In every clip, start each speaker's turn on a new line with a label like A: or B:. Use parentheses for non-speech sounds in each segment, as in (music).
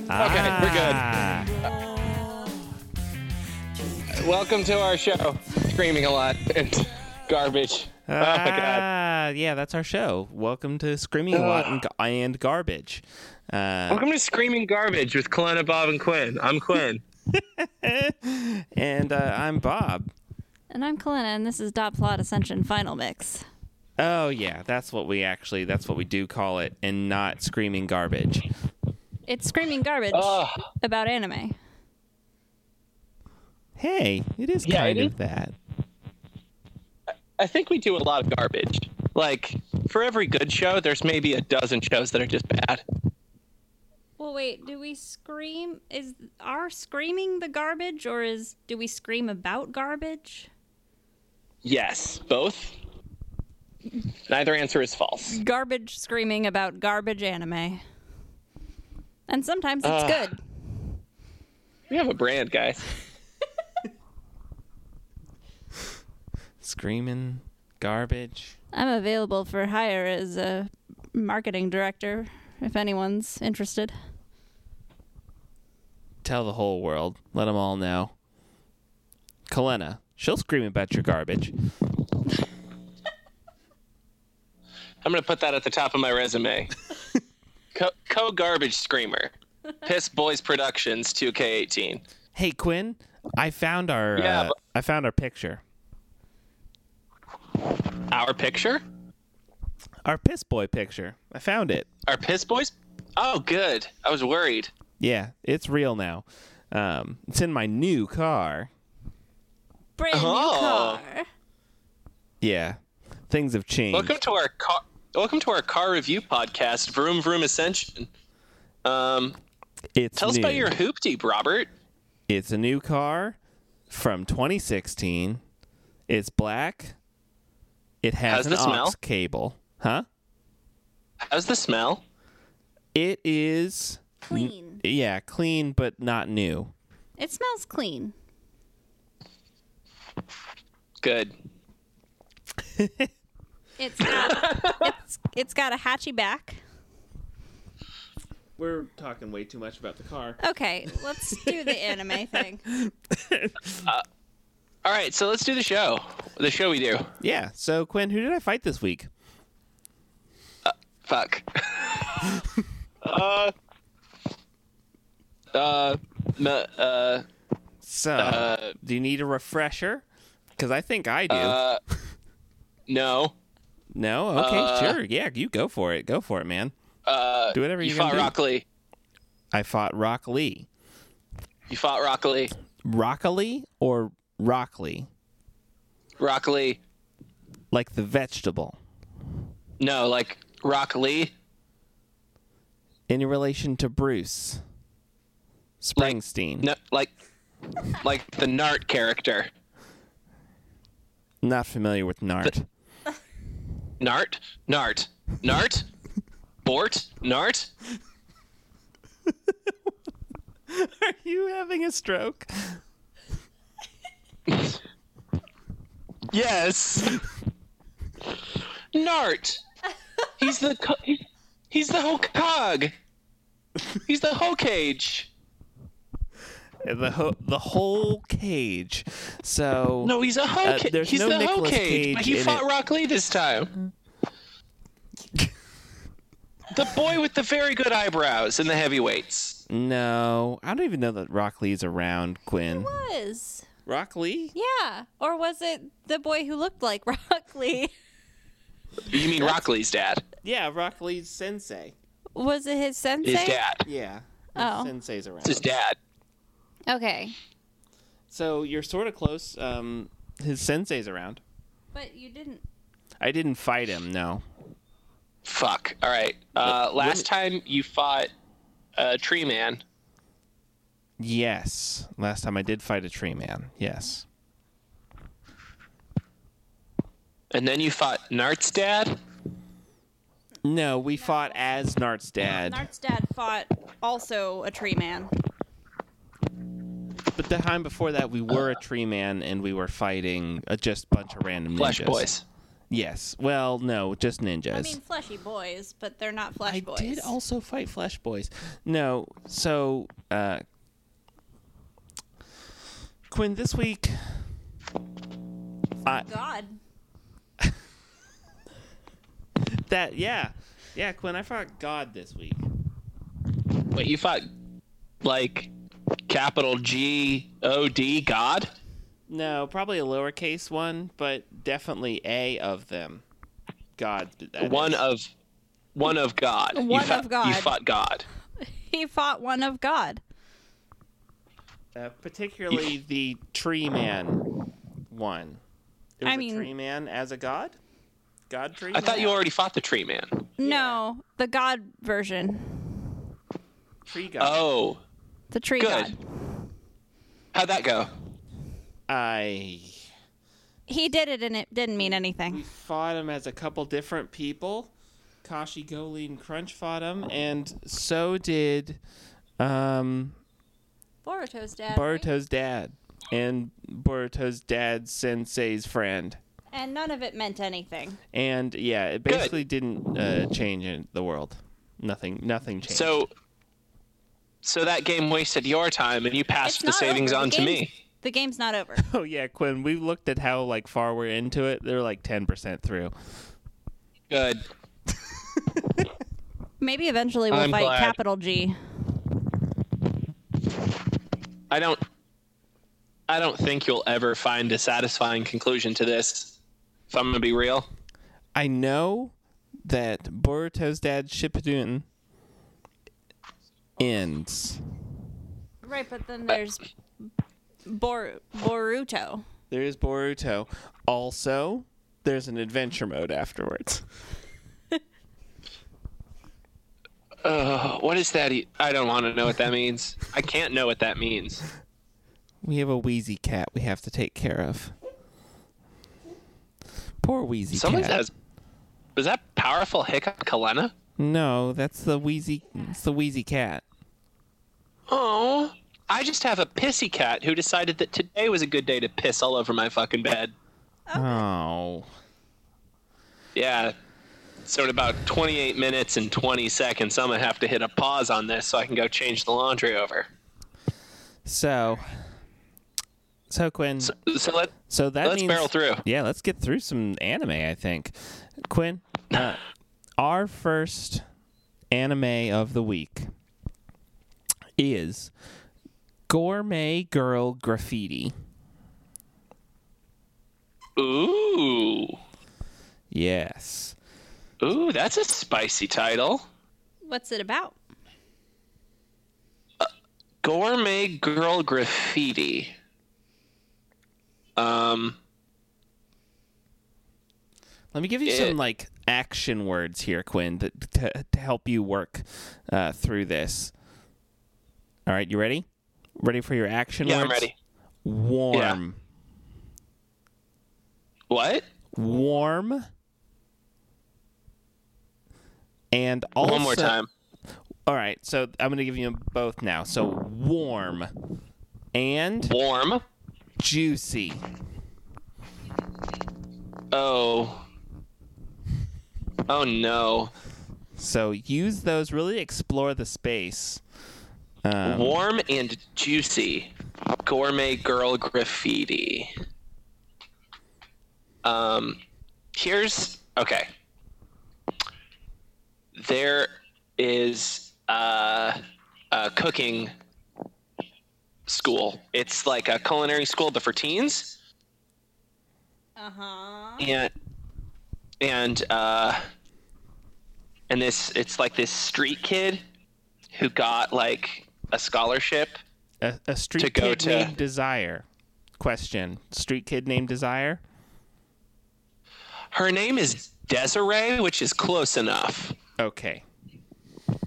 A: We're good.
B: Ah. (laughs)
A: Welcome to our show. Screaming a lot and garbage. Oh my god.
B: Ah, yeah, that's our show. Welcome to Screaming a Lot and, Ga- and Garbage. Uh,
A: Welcome to Screaming Garbage with Kelowna, Bob, and Quinn. I'm Quinn.
B: and uh, I'm Bob.
C: And I'm Kalina, and this is Dot Plot Ascension Final Mix.
B: Oh yeah, that's what we actually that's what we do call it, and not Screaming Garbage.
C: It's screaming garbage
A: Ugh.
C: about anime.
B: Hey, it is
A: Yeah,
B: kind
A: it
B: of
A: is.
B: that.
A: I think we do a lot of garbage. Like, for every good show, there's maybe a dozen shows that are just bad.
C: Well, wait, do we scream? Is our screaming the garbage, or is do we scream about garbage?
A: Yes, both. Neither answer is false.
C: Garbage screaming about garbage anime. And sometimes it's
A: Ah.
C: good.
A: We have a brand, guys.
B: Screaming Garbage.
C: I'm available for hire as a marketing director if anyone's interested.
B: Tell the whole world. Let them all know. Kalena, she'll scream about your garbage.
A: I'm gonna put that at the top of my (laughs) resume. Co- co-garbage screamer, Piss Boys Productions 2K18.
B: Hey Quinn, I found our
A: Yeah,
B: uh,
A: but-
B: I found our picture.
A: Our picture,
B: Our piss boy picture. I found it.
A: our Piss Boys. Oh, good. I was worried.
B: Yeah, it's real now. Um, it's in my new car.
C: Brand
A: Oh.
C: new car.
B: Yeah, things have changed.
A: Welcome to our car. Welcome to our car review podcast, Vroom Vroom Ascension. Um,
B: it's
A: tell us
B: new.
A: about your hoop deep, Robert.
B: It's a new car from 2016. It's black. It has
A: How's
B: an
A: the
B: aux
A: smell?
B: cable, huh?
A: How's the smell?
B: It is
C: Clean.
B: yeah, clean but not new.
C: It smells clean.
A: Good.
C: It's got, it's it's got a hatchy back.
B: We're talking way too much about the car.
C: Okay, let's do the anime (laughs) thing.
A: All right, so let's do the show. The show we do.
B: Yeah. So Quinn, who did I fight this week? (laughs)
A: Fuck. uh. Uh. m- Uh.
B: So
A: Uh.
B: do you need a refresher? Because I think I do.
A: Uh. No.
B: no. Okay.
A: uh,
B: sure. Yeah. You go for it. Go for it, man.
A: Uh.
B: Do whatever
A: You
B: you're
A: fought
B: gonna do.
A: Rock Lee.
B: I fought Rock Lee.
A: You fought Rock Lee.
B: Rockily or Rockley?
A: Rock Lee.
B: Like the vegetable.
A: No, like Rock Lee.
B: In relation to Bruce. Springsteen.
A: No, like, like the Nart character.
B: Not familiar with Nart.
A: Nart. Nart. Nart. Bort. Nart.
B: Are (laughs) you having a stroke?
A: Yes. Nart. He's the co- he- he's the Hokage. He's the Hokage.
B: The ho- the whole cage. So
A: No, he's a Hokage.
B: Uh, there's
A: he's
B: no
A: the
B: Nicolas
A: Hokage.
B: Cage
A: but he
B: in
A: fought
B: it.
A: Rock Lee this time. the boy with the very good eyebrows and the heavyweights.
B: no, I don't even know that Rock Lee's around, Quinn.
C: Was
B: Rock Lee?
C: yeah, or was it the boy who looked like (laughs) Rock Lee?
A: You mean Rock Lee's dad?
B: Yeah, Rock Lee's sensei.
C: Was it his sensei?
A: His dad.
B: Yeah.
C: Oh.
B: Sensei's around.
A: It's his dad.
C: Okay,
B: So you're sort of close. Um, his sensei's around.
C: but you didn't.
B: I didn't fight him, no.
A: Fuck. All right. Uh, last time you fought uh, Tree Man.
B: Yes. Last time I did fight a tree man. Yes.
A: And then you fought Nart's dad?
B: No, we fought as Nart's dad.
C: Nart's dad fought also a tree man.
B: But the time before that, we were a tree man and we were fighting uh, just bunch of random
A: Flesh
B: ninjas.
A: Boys.
B: Yes. Well, no, just ninjas.
C: I mean, fleshy boys, but they're not flesh
B: I
C: boys.
B: did also fight Flash Boys. No, so uh, Quinn, this week, I,
C: God.
B: that yeah, yeah, Quinn, I fought God this week.
A: Wait, you fought like capital G O D God?
B: No, probably a lowercase one, but definitely a of them. God, that
A: one
B: is-
A: of one of God. You
C: One
A: fought-
C: of God.
A: You fought God.
C: He fought one of God.
B: uh, particularly the tree man one. There was
C: I
B: a
C: mean-
B: tree man as a god. God tree.
A: I thought
B: man?
A: you already fought the tree man.
C: No, the God version.
B: tree god.
A: Oh,
C: The tree
A: good.
C: god.
A: How'd that go?
B: I
C: He did it and it didn't mean anything.
B: we fought him as a couple different people. Kashi Goli and Crunch fought him, and so did um,
C: Boruto's dad. right?
B: Boruto's dad and Boruto's dad sensei's friend.
C: And none of it meant anything.
B: And yeah, it basically didn't uh, change in the world. Nothing. Nothing changed.
A: So, so that game wasted your time, and you passed
C: It's
A: the
C: not
A: savings
C: over.
A: on
C: The
A: to
C: game's-
A: me.
C: The game's not over.
B: (laughs) Oh yeah, Quinn. We looked at how like far we're into it. They're like ten percent through.
A: Good.
C: Maybe eventually we'll
A: I'm
C: fight
A: glad.
C: capital G.
A: I don't. I don't think you'll ever find a satisfying conclusion to this. If I'm gonna be real,
B: I know that Boruto's dad Shippuden ends.
C: Right, but then there's Bor- Boruto.
B: There is Boruto. Also, there's an adventure mode afterwards.
A: Uh, what is that? e- I don't want to know what that means. I can't know what that means.
B: We have a wheezy cat we have to take care of. Poor wheezy
A: Someone
B: cat.
A: says, "Was that powerful hiccup, Kalena?"
B: No, that's the wheezy. It's the wheezy cat.
A: Oh, I just have a pissy cat who decided that today was a good day to piss all over my fucking bed.
B: Oh.
A: Yeah. So in about 28 minutes and 20 seconds, I'm gonna have to hit a pause on this so I can go change the laundry over.
B: So. So Quinn.
A: So, so let
B: So that
A: Let's
B: means,
A: barrel through.
B: Yeah, let's get through some anime. I think, Quinn, uh,
A: (coughs)
B: our first anime of the week is Gourmet Girl Graffiti.
A: ooh
B: Yes,
A: ooh that's a spicy title.
C: What's it about?
A: Gourmet girl graffiti. Um.
B: let me give you
A: It-
B: some like action words here, Quinn, to, to, to help you work uh, through this. All right, you ready? Ready for your action
A: Yeah,
B: words?
A: I'm ready.
B: Warm,
A: What?
B: warm, and also
A: One more time.
B: All right, so I'm going to give you them both now. So warm and
A: Warm.
B: juicy.
A: Oh. Oh no.
B: So use those, really explore the space. Um,
A: Warm and juicy. Gourmet girl graffiti. Um, here's okay. There is uh, a cooking school. It's like a culinary school, but for teens.
C: Uh huh.
A: and and uh and this it's like this street kid who got like a scholarship
B: a, a street
A: To go
B: kid
A: to-
B: named Desire. Question. Street kid named Desire?
A: her name is desiree which is close enough
B: Okay.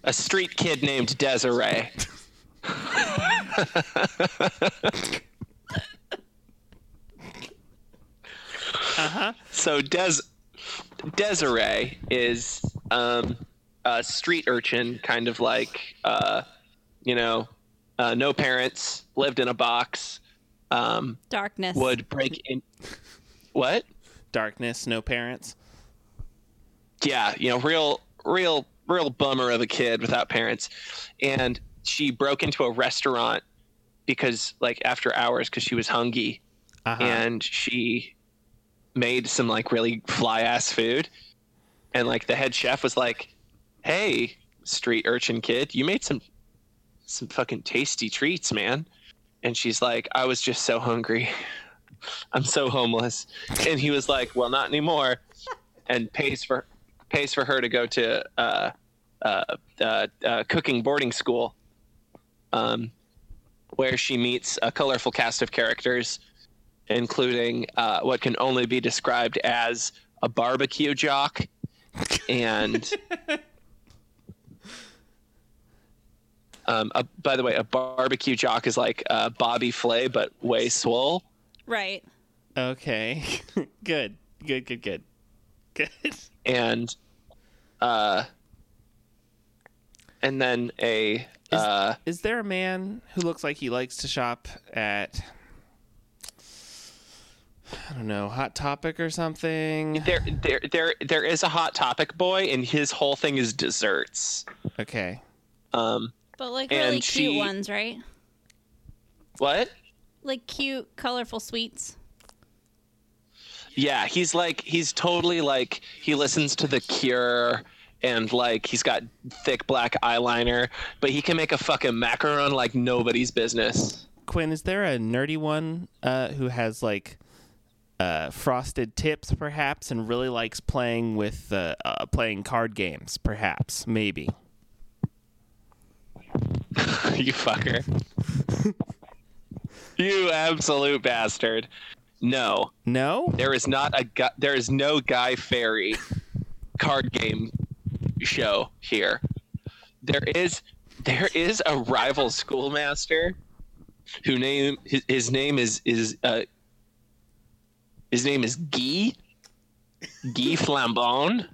A: a street kid named desiree
B: Uh-huh.
A: so des desiree is um a street urchin kind of like uh you know uh, no parents lived in a box um
C: Darkness.
A: would break in what
B: darkness, no parents.
A: yeah, you know, real, real, real bummer of a kid without parents. And she broke into a restaurant because, like, after hours, because she was hungry,
B: Uh-huh.
A: and she made some like really fly ass food. And like the head chef was like, "Hey, street urchin kid, you made some some fucking tasty treats, man." And she's like, "I was just so hungry. (laughs) I'm so homeless." And he was like, "Well, not anymore." And pays for pays for her to go to uh, uh, uh, uh, cooking boarding school, um, where she meets a colorful cast of characters, including uh, what can only be described as a barbecue jock and. Um, a, by the way, a barbecue jock is like uh, Bobby Flay, but way swole.
C: Right.
B: Okay. (laughs) good. Good, good, good. Good. (laughs)
A: and uh and then a
B: Is-
A: uh
B: Is there a man who looks like he likes to shop at I don't know, Hot Topic or something?
A: there there there there is a hot topic boy and his whole thing is desserts
B: Okay.
A: um
C: But like
A: And
C: really cute
A: she-
C: ones, right?
A: what
C: Like cute, colorful sweets.
A: yeah he's like he's totally like he listens to the cure and like he's got thick black eyeliner but he can make a fucking macaron like nobody's business (laughs)
B: Quinn, is there a nerdy one uh, who has like uh, frosted tips, perhaps, and really likes playing with uh, uh, playing card games, perhaps, maybe?
A: you fucker you absolute bastard no
B: No.
A: There is not a gu- there is no Guy Fairy card game show here. There is there is a rival schoolmaster who name his, his name is is uh, his name is Guy Guy Flambon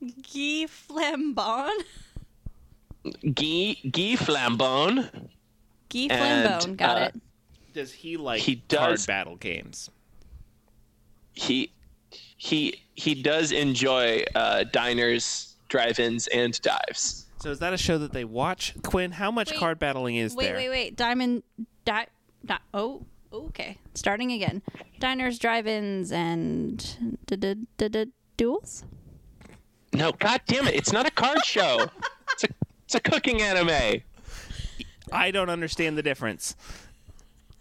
C: Guy Flambon.
A: Guy Guy Flambon.
C: Guy
A: And,
C: Flambone. Got
A: uh,
C: it.
B: Does he like
A: He
B: card
A: does.
B: battle games?
A: He he he does enjoy uh, diners, drive-ins, and dives.
B: So is that a show that they watch? Quinn, how much
C: Wait.
B: card battling is
C: Wait,
B: there?
C: wait, wait. Diamond. Di- di- oh, okay. Starting again. Diners, drive-ins, and d- d- d- d- duels.
A: No, god damn it, it's not a card show. It's a it's a cooking anime.
B: I don't understand the difference.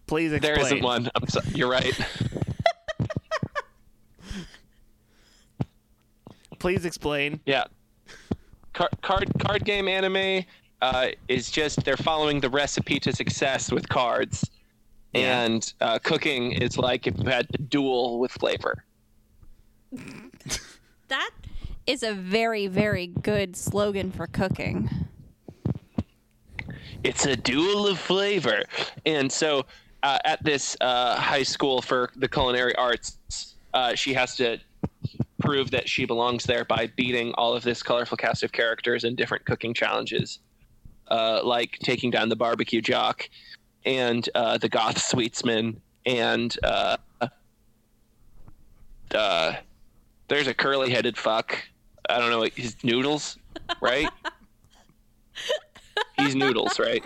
B: Please explain.
A: There not one. I'm so, you're right.
B: Please
C: (laughs)
B: explain.
A: Yeah. Card card card game anime uh, is just they're following the recipe to success with cards,
B: Yeah.
A: and uh, cooking is like if you had to duel with flavor.
C: That is a very, very good slogan for cooking.
A: It's a duel of flavor, and so uh, at this uh, high school for the culinary arts, uh, she has to prove that she belongs there by beating all of this colorful cast of characters in different cooking challenges, uh, like taking down the barbecue jock and uh, the goth sweetsman and uh, uh, there's a curly-headed fuck. I don't know his noodles, right? He's noodles, right?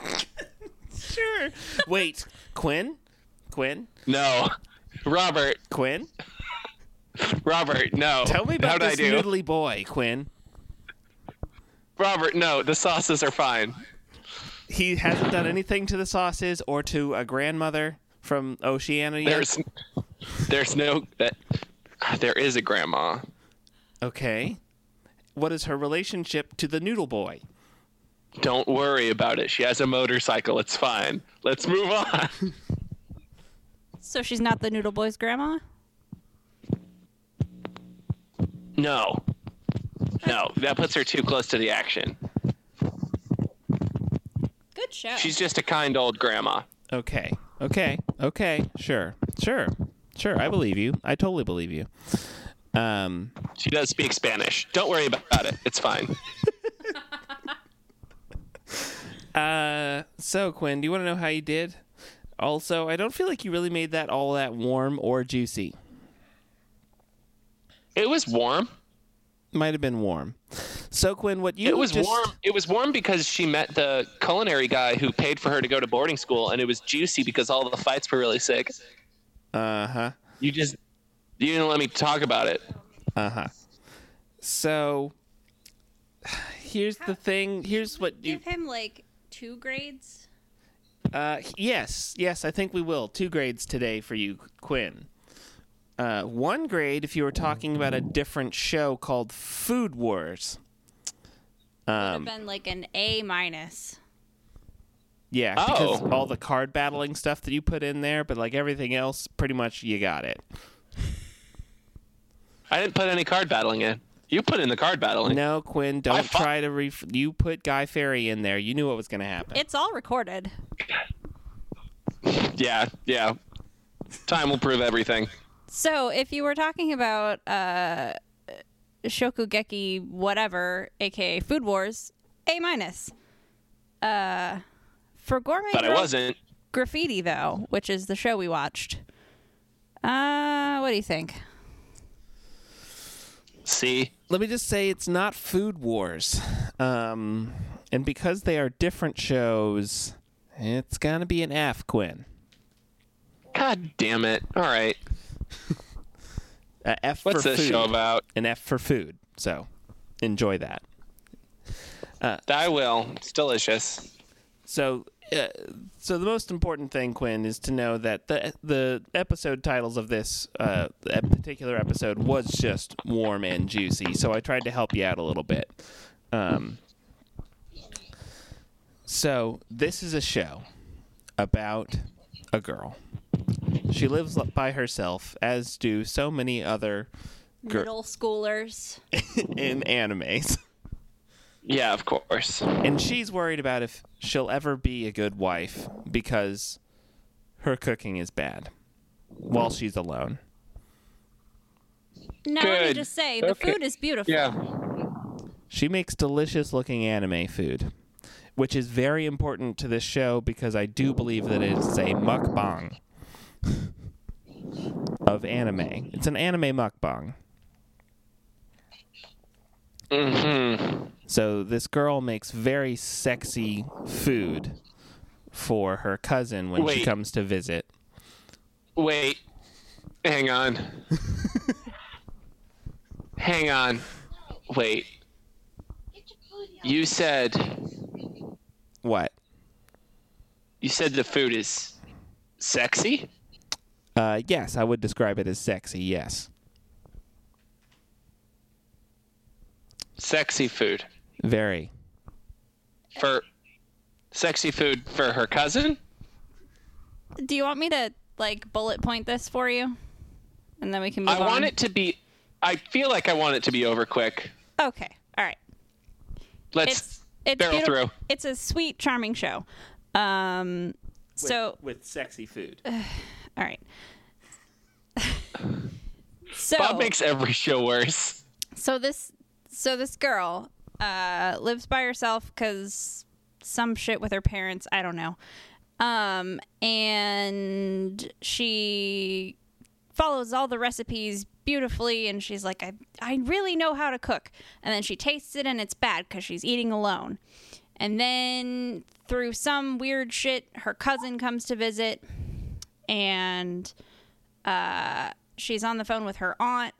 B: Sure. Wait, Quinn? Quinn?
A: No, Robert,
B: Quinn?
A: Robert, no.
B: Tell me about
A: How'd
B: this
A: I do?
B: noodly boy, Quinn.
A: Robert, no. The sauces are fine.
B: He hasn't done anything to the sauces or to a grandmother from Oceania.
A: There's, there's no that. There is a grandma.
B: Okay. What is her relationship to the noodle boy?
A: Don't worry about it. She has a motorcycle. It's fine. Let's move on.
C: So she's not the Noodle Boy's grandma?
A: No, no. That puts her too close to the action.
C: Good show.
A: She's just a kind old grandma.
B: Okay. Okay. Okay. Sure. Sure. Sure. I believe you. I totally believe you. Um,
A: She does speak Spanish. Don't worry about it. It's fine.
B: Uh, so Quinn, do you want to know how you did? Also, I don't feel like you really made that all that warm or juicy.
A: It was warm.
B: Might have been warm. So Quinn, what you
A: It was
B: just-
A: warm. It was warm because she met the culinary guy who paid for her to go to boarding school, and it was juicy because all the fights were really sick.
B: Uh huh.
A: You just you didn't let me talk about it.
B: Uh huh. So here's the thing. Here's what you.
C: Give him like two grades.
B: Uh, yes, yes, I think we will. Two grades today for you, Quinn. Uh, one grade if you were talking about a different show called Food Wars.
A: Um,
C: Would have been like an A minus.
B: Yeah,
A: Oh.
B: because all the card battling stuff that you put in there, but like everything else, pretty much you got it.
A: I didn't put any card battling in. You put in the card battling.
B: No, Quinn, don't
A: I fu-
B: try to ref. You put Guy Ferry in there. You knew what was going to happen.
C: It's all recorded.
A: Yeah, yeah. Time will prove everything.
C: So if you were talking about uh, Shokugeki whatever, aka Food Wars, A minus. Uh, for gourmet,
A: But I
C: Girl
A: wasn't.
C: graffiti though, which is the show we watched. Uh, what do you think?
A: See,
B: let me just say it's not Food Wars. Um, and because they are different shows, it's going to be an F, Quinn.
A: God damn it! All right,
B: A F
A: what's
B: for
A: this
B: food.
A: show about?
B: An F for food. So enjoy that.
A: I will. It's delicious.
B: So, uh, so the most important thing, Quinn, is to know that the the episode titles of this uh, a particular episode was just warm and juicy. So I tried to help you out a little bit. Um, so this is a show about a girl. She lives l- by herself, as do so many other Gr-
C: Middle schoolers.
B: in animes. (laughs)
A: Yeah, of course.
B: And she's worried about if she'll ever be a good wife because her cooking is bad while she's alone.
C: Now let me
A: Good.
C: just say, the
A: Okay.
C: food is beautiful.
A: Yeah.
B: She makes delicious looking anime food, which is very important to this show because I do believe that it's a mukbang of anime. It's an anime mukbang.
A: Mm-hmm.
B: So this girl makes very sexy food for her cousin when she
A: Wait.
B: comes to visit.
A: Wait. Hang
C: (laughs)
A: on. Hang on. Wait. You said
B: What?
A: you said the food is sexy?
B: Uh, yes, I would describe it as sexy. Yes,
A: Sexy food.
B: very.
A: For sexy food for her cousin?
C: Do you want me to like bullet point this for you, and then we can move
A: I
C: on?
A: want it to be I feel like I want it to be over quick.
C: Okay. All right.
A: Let's
C: It's it's
A: barrel
C: beauti-
A: through.
C: It's a sweet, charming show. Um. So
B: with sexy food.
C: (sighs) all right. so
A: Bob makes every show worse.
C: so this so this girl uh, lives by herself because some shit with her parents i don't know um, and she follows all the recipes beautifully and she's like I, I really know how to cook and then she tastes it and it's bad because she's eating alone and then through some weird shit her cousin comes to visit and uh, she's on the phone with her aunt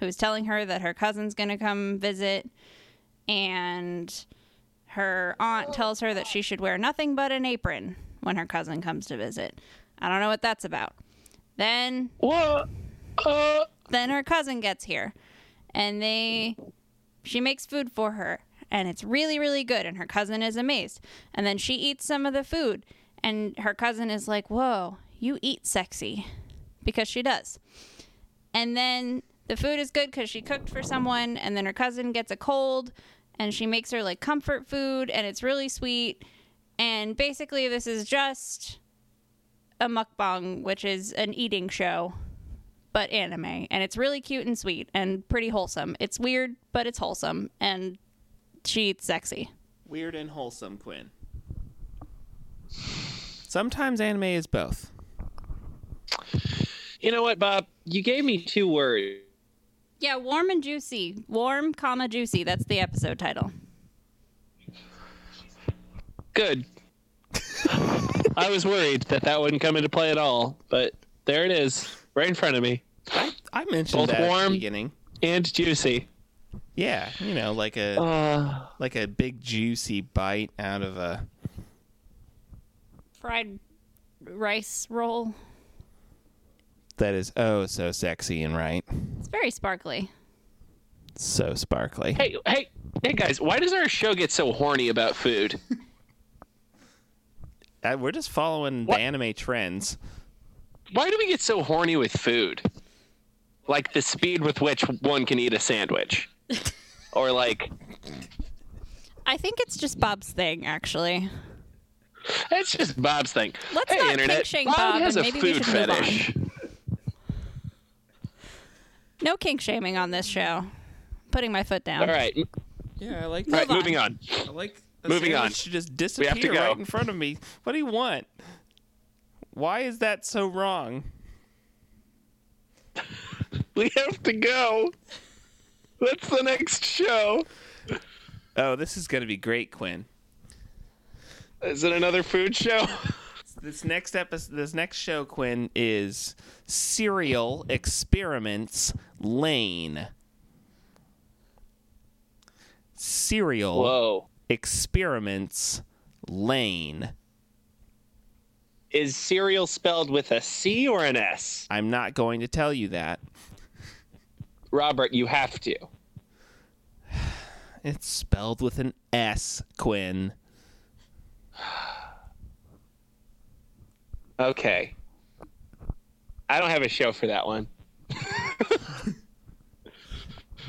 C: who's telling her that her cousin's going to come visit and her aunt tells her that she should wear nothing but an apron when her cousin comes to visit. I don't know what that's about. Then
A: What? Uh,
C: then her cousin gets here and they she makes food for her and it's really really good and her cousin is amazed and then she eats some of the food and her cousin is like whoa you eat sexy because she does and then the food is good because she cooked for someone and then her cousin gets a cold and she makes her like comfort food and it's really sweet and basically this is just a mukbang which is an eating show but anime and it's really cute and sweet and pretty wholesome it's weird but it's wholesome and she's sexy
B: Weird and wholesome, Quinn. Sometimes anime is both.
A: you know what, Bob? You gave me two words.
C: Yeah, warm and juicy. Warm, comma juicy. That's the episode title.
A: Good. I was worried that that wouldn't come into play at all, but there it is, right in front of me,
B: I mentioned
A: Both
B: that at
A: warm-
B: the beginning.
A: and juicy.
B: Yeah, you know, like a
A: Uh,
B: like a big juicy bite out of a
C: Fried rice roll.
B: that is oh so sexy and right,
C: It's very sparkly.
B: so sparkly.
A: hey, hey, hey, guys! Why does our show get so horny about food?
B: Uh, we're just following
A: What?
B: the anime trends.
A: Why do we get so horny with food? Like the speed with which one can eat a
C: (laughs)
A: sandwich, or like
C: I think it's just Bob's thing, actually.
A: That's just Bob's thing.
C: Let's
A: hey,
C: not
A: internet.
C: kink-shame
A: Bob,
C: Bob,
A: has
C: and
A: a
C: maybe we
A: food
C: should move on.
A: fetish.
C: No kink shaming on this show. Putting my foot down.
A: All right, m-
B: Yeah, I like
A: all
B: that.
A: right,
C: on.
A: moving on.
B: I like
A: Moving on.
B: Should just disappear
A: to go.
B: right in front of me. What do you want? Why is that so wrong?
A: We have to go. That's the next show.
B: Oh, this is gonna be great, Quinn.
A: Is it another food show?
B: This next episode, this next show, Quinn is Serial Experiments Lane. Serial
A: (laughs) Whoa.
B: Experiments Lane.
A: Is cereal spelled with a C or an S?
B: I'm not going to tell you that.
A: Robert, you have to.
B: It's spelled with an S, Quinn.
A: Okay. I don't have a show for that one. (laughs)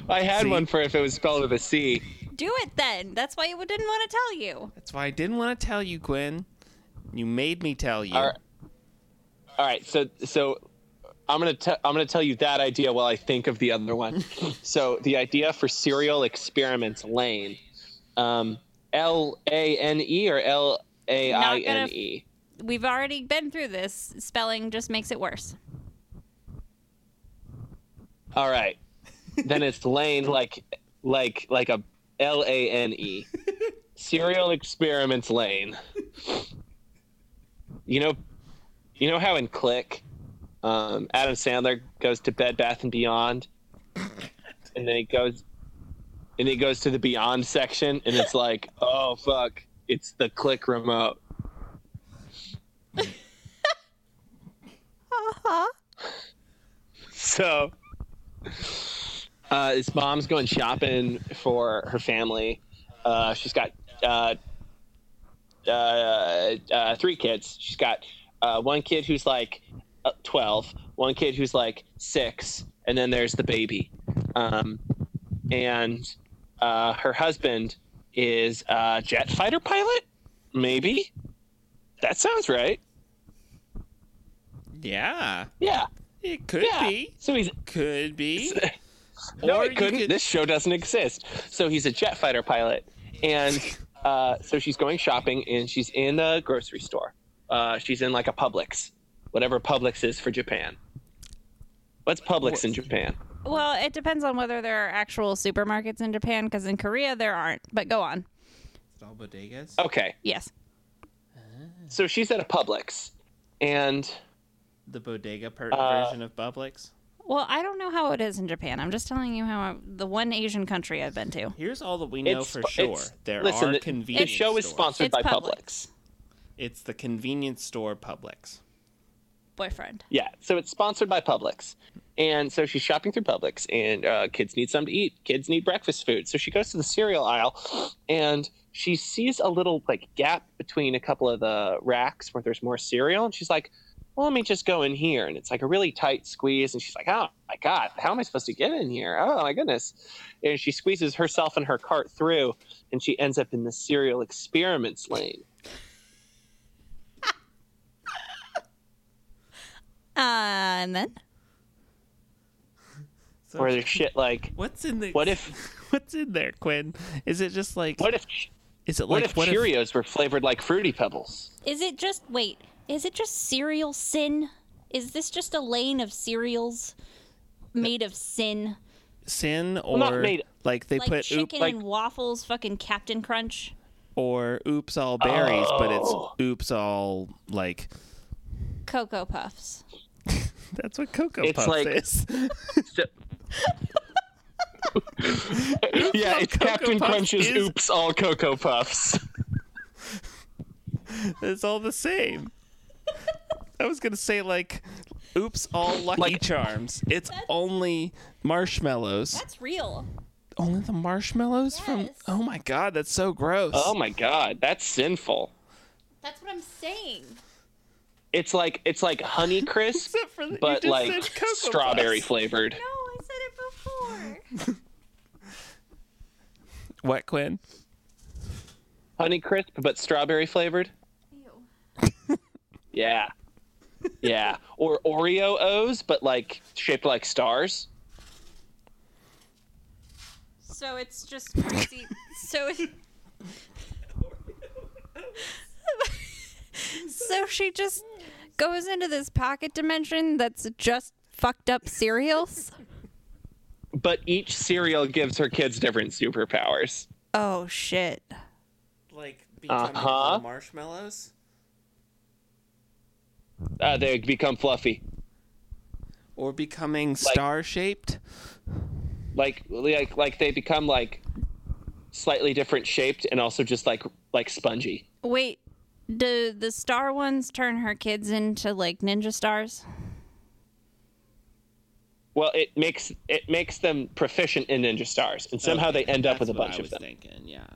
A: I had
B: See?
A: one for if it was spelled with a C.
C: Do it then. That's why you didn't want to tell you.
B: That's why I didn't want to tell you, Quinn. You made me tell you.
A: All right. All right. So so I'm gonna te- I'm gonna tell you that idea while I think of the other one. so the idea for serial experiments lane, um, L A N E or L A I N E.
C: We've already been through this. Spelling just makes it worse.
A: All right. then it's lane like like like a L A N E. Serial experiments lane. You know you know how in Click um, Adam Sandler goes to Bed Bath and Beyond and then he goes and he goes to the Beyond section and it's like, "Oh fuck, it's the Click remote."
C: Uh-huh.
A: so uh, his mom's going shopping for her family. Uh, she's got uh, uh, uh, three kids. She's got uh, one kid who's like uh, 12, one kid who's like six, and then there's the baby. Um, and uh, her husband is a jet fighter pilot, maybe? That sounds right.
B: Yeah.
A: Yeah.
B: It could
A: Yeah.
B: be.
A: So he's
B: Could be. (laughs)
A: No,
B: Or
A: it
B: you
A: couldn't.
B: could-
A: This show doesn't exist. So he's a jet fighter pilot, and uh, so she's going shopping, and she's in a grocery store. Uh, she's in like a Publix, whatever Publix is for Japan. What's Publix in Japan?
C: Well, it depends on whether there are actual supermarkets in Japan, because in Korea there aren't. But go on.
B: All bodegas.
A: Okay,
C: Yes.
A: so she's at a Publix, and
B: The bodega per-
A: Uh,
B: version of Publix.
C: Well, I don't know how it is in Japan. I'm just telling you how I, the one Asian country I've been to.
B: Here's all that we know
A: it's
B: for
A: sp-
B: sure.
A: it's-
B: There
A: listen,
B: are
A: the- the
B: convenience
A: show is
B: stores.
A: sponsored
C: It's
A: by
C: Publix.
A: Publix.
B: It's the convenience store Publix.
C: Boyfriend.
A: Yeah, so it's sponsored by Publix. And so she's shopping through Publix, and uh, kids need something to eat. Kids need breakfast food. So she goes to the cereal aisle, and she sees a little like gap between a couple of the racks where there's more cereal, and she's like, "Well, let me just go in here." And it's like a really tight squeeze, and she's like, "Oh my god, how am I supposed to get in here? Oh my goodness!" And she squeezes herself and her cart through, and she ends up in the cereal experiments lane.
C: Uh, and then
B: So
A: Where there's shit like,
B: what's in the
A: What if-
B: (laughs) what's in there, Quinn? Is it just like
A: "What if
B: is it
A: what
B: like
A: if Cheerios were flavored like Fruity Pebbles?"
C: is it just wait? Is it just cereal sin? Is this just a lane of cereals made of sin?
B: sin or
A: not made-
B: like they
C: like
B: put oop,
C: chicken and waffles, fucking Captain Crunch.
B: or oops all berries, but
A: Oh.
B: it's oops all like
C: Cocoa Puffs.
B: that's what cocoa
A: It's
B: puffs
A: like-
B: is. (laughs)
A: So- yeah, it's
B: Cocoa
A: Captain
B: Puffs
A: Crunch's
B: is-
A: Oops All Cocoa Puffs.
B: it's all the same. I was gonna say like oops all lucky
A: Like-
B: charms. It's only marshmallows.
C: That's real.
B: Only the marshmallows from
C: Yes.
B: Oh my god, that's so gross.
A: Oh my god, that's sinful.
C: That's what I'm saying.
A: It's like it's
B: (laughs)
A: like Honey Crisp,
B: Except for the,
A: but
B: you just
A: like
B: said Cocoa
A: strawberry
B: Puffs.
A: flavored.
C: No, I said it before.
B: What Quinn?
A: Honey Crisp, but strawberry flavored. Yeah, yeah. Or Oreo O's, but like shaped like stars.
C: (laughs) So it's just (laughs) crazy. so it. so she just goes into this pocket dimension that's just fucked up cereals.
A: But each cereal gives her kids different superpowers.
C: Oh shit.
B: Like
A: becoming Uh-huh. little
B: marshmallows?
A: Uh, they become fluffy,
B: Or becoming star shaped?
A: like like like they become like slightly different shaped and also just like like spongy.
C: Wait, do the star ones turn her kids into like ninja stars?
A: Well, it makes it makes them proficient in ninja stars, and somehow they end up with a bunch of them.
B: Thinking, yeah.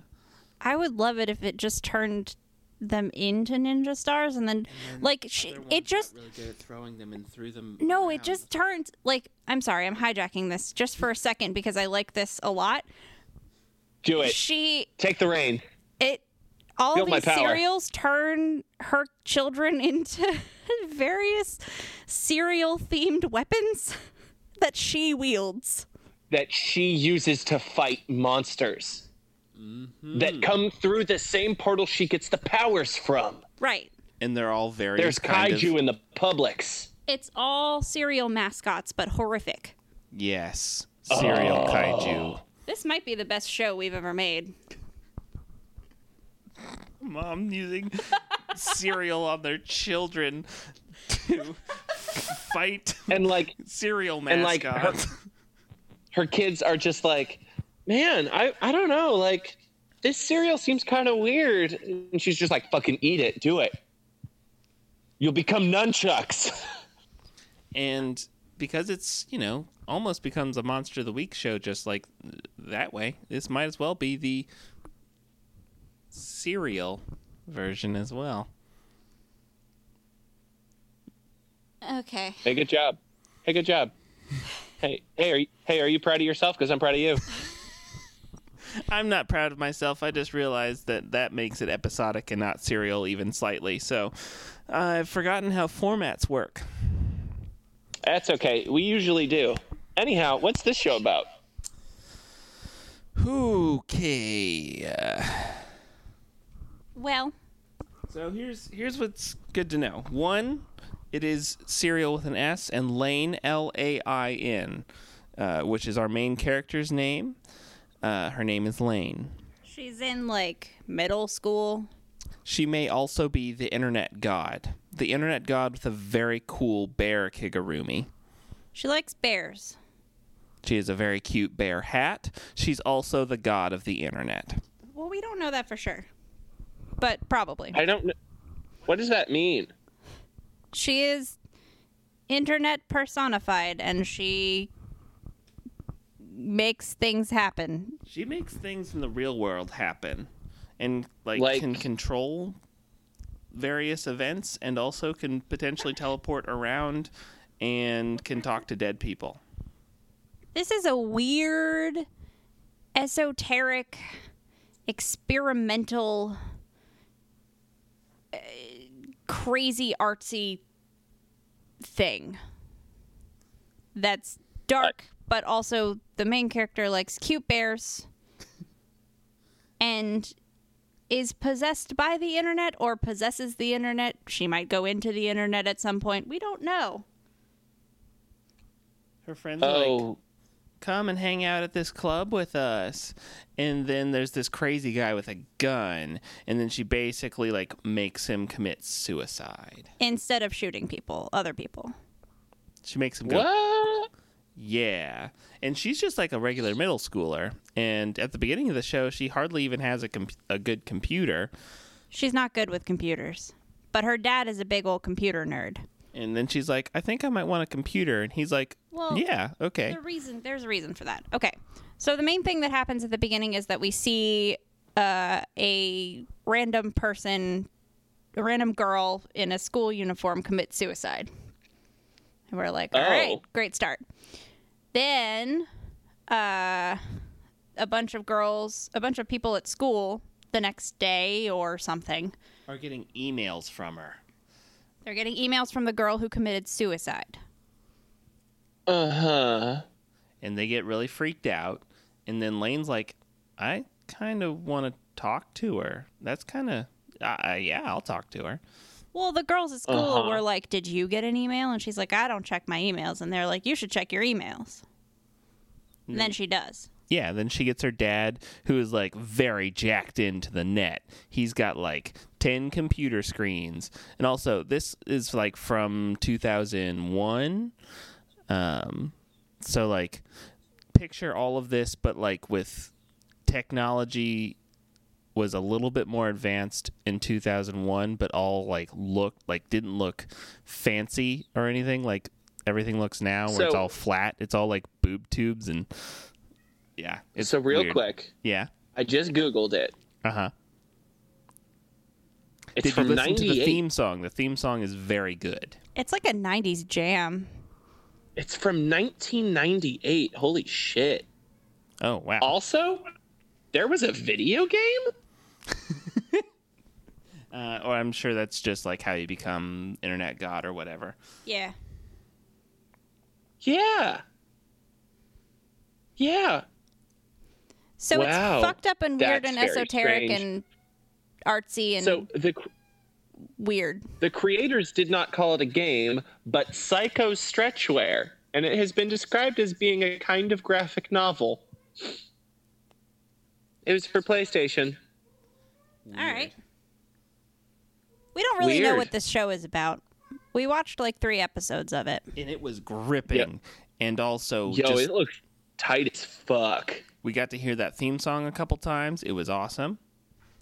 C: I would love it if it just turned them into ninja stars and then, like she, it just
B: really good at throwing them and threw them.
C: No, it just turns like I'm sorry, I'm hijacking this just for a second because I like this a lot.
A: Do it.
C: She
A: Take the reign.
C: it all
A: Feel my
C: these
A: power.
C: cereals turn her children (laughs) into various cereal themed weapons (laughs) that she wields.
A: that she uses to fight monsters
B: Mm-hmm.
A: that come through the same portal she gets the powers from.
C: Right.
B: And they're all various.
A: There's
B: kind
A: kaiju
B: Of,
A: in the Publix.
C: It's all cereal mascots, but horrific.
B: yes,
A: Oh.
B: serial kaiju.
C: This might be the best show we've ever made.
B: Mom
A: (laughs)
B: using cereal on their children to (laughs) fight
A: And like
B: cereal
A: And, like, her-
B: mascots.
A: her kids are just like, "Man, I I don't know, like this cereal seems kind of weird." And she's just like, "Fucking eat it. Do it. You'll become nunchucks." (laughs)
B: and because it's you know almost becomes a monster of the week show just like that way this might as well be the serial version as well
C: Okay.
A: hey, good job. Hey, good job. Hey, hey, are you, hey, are you proud of yourself? Because I'm proud of you.
B: i'm not proud of myself i just realized that that makes it episodic and not serial even slightly so i've forgotten how formats work
A: That's okay. We usually do. Anyhow, what's this show about?
B: okay
C: Well,
B: So here's here's what's good to know. One, it is cereal with an S and Lane L A I N, uh, which is our main character's name. Uh, her name is Lane.
C: she's in like middle school.
B: She may also be the internet god, the internet god with a very cool bear kigurumi.
C: She likes bears.
B: She has a very cute bear hat. She's also the god of the internet.
C: Well, we don't know that for sure, but probably.
A: I don't. kn- What does that mean?
C: She is internet personified and she makes things happen.
B: She makes things in the real world happen and like,
A: Like-
B: can control various events and also can potentially teleport around and can talk to dead people.
C: This is a weird, esoteric, experimental, uh, crazy artsy thing that's dark, but also the main character likes cute bears and is possessed by the internet or possesses the internet. She might go into the internet at some point. We don't know.
B: Her friends are like
A: Oh,
B: come and hang out at this club with us and then there's this crazy guy with a gun and then she basically like makes him commit suicide
C: instead of shooting people, other people.
B: she makes him go
A: What?
B: yeah and she's just like a regular middle schooler and at the beginning of the show she hardly even has a, com- a good computer
C: She's not good with computers, but her dad is a big old computer nerd.
B: and then she's like i think i might want a computer and he's like
C: Well,
B: yeah okay
C: The reason there's a reason for that. Okay, so the main thing that happens at the beginning is that we see uh, a random person, a random girl in a school uniform commit suicide, and we're like, all right,
A: Oh.
C: great start. Then, uh, a bunch of girls, a bunch of people at school the next day or something,
B: are getting emails from her
C: they're getting emails from the girl who committed suicide.
A: Uh huh.
B: and they get really freaked out. And then Lane's like, I kind of want to talk to her. That's kind of, uh, yeah, I'll talk to her.
C: Well, the girls at school
A: Uh-huh.
C: were like, "Did you get an email?" And she's like, "I don't check my emails." And they're like, "You should check your emails."
A: Hmm.
C: And then she does.
B: Yeah, then she gets her dad, who is like very jacked into the net. He's got like 10 computer screens. And also, this is like from 2001. Um, so, like, picture all of this, but like with technology was a little bit more advanced in 2001, but all like looked like didn't look fancy or anything. Like, everything looks now where it's
A: So-
B: all flat, it's all like boob tubes and. Yeah. It's
A: So real
B: weird.
A: quick,
B: Yeah.
A: I just googled it.
B: Uh huh.
A: It's
B: Did you
A: from
B: listen to the
A: 98.
B: theme song? The theme song is very good.
C: It's like a '90s jam.
A: It's from 1998. Holy shit.
B: Oh wow.
A: Also, there was a video game?
B: Uh, or I'm sure that's just like how you become internet god or whatever.
C: Yeah.
A: Yeah. Yeah.
C: So
A: Wow.
C: it's fucked up and weird
A: That's
C: and
A: very
C: esoteric
A: strange.
C: and artsy and
A: So the cr-
C: weird.
A: the creators did not call it a game, but Psycho Stretchwear, and it has been described as being a kind of graphic novel. It was for PlayStation.
C: All right. We don't really know
A: Weird.
C: what this show is about. We watched like three episodes of it.
B: And it was gripping. And also,
A: Yo,
B: just,
A: it looks tight as fuck.
B: we got to hear that theme song a couple times. It was awesome.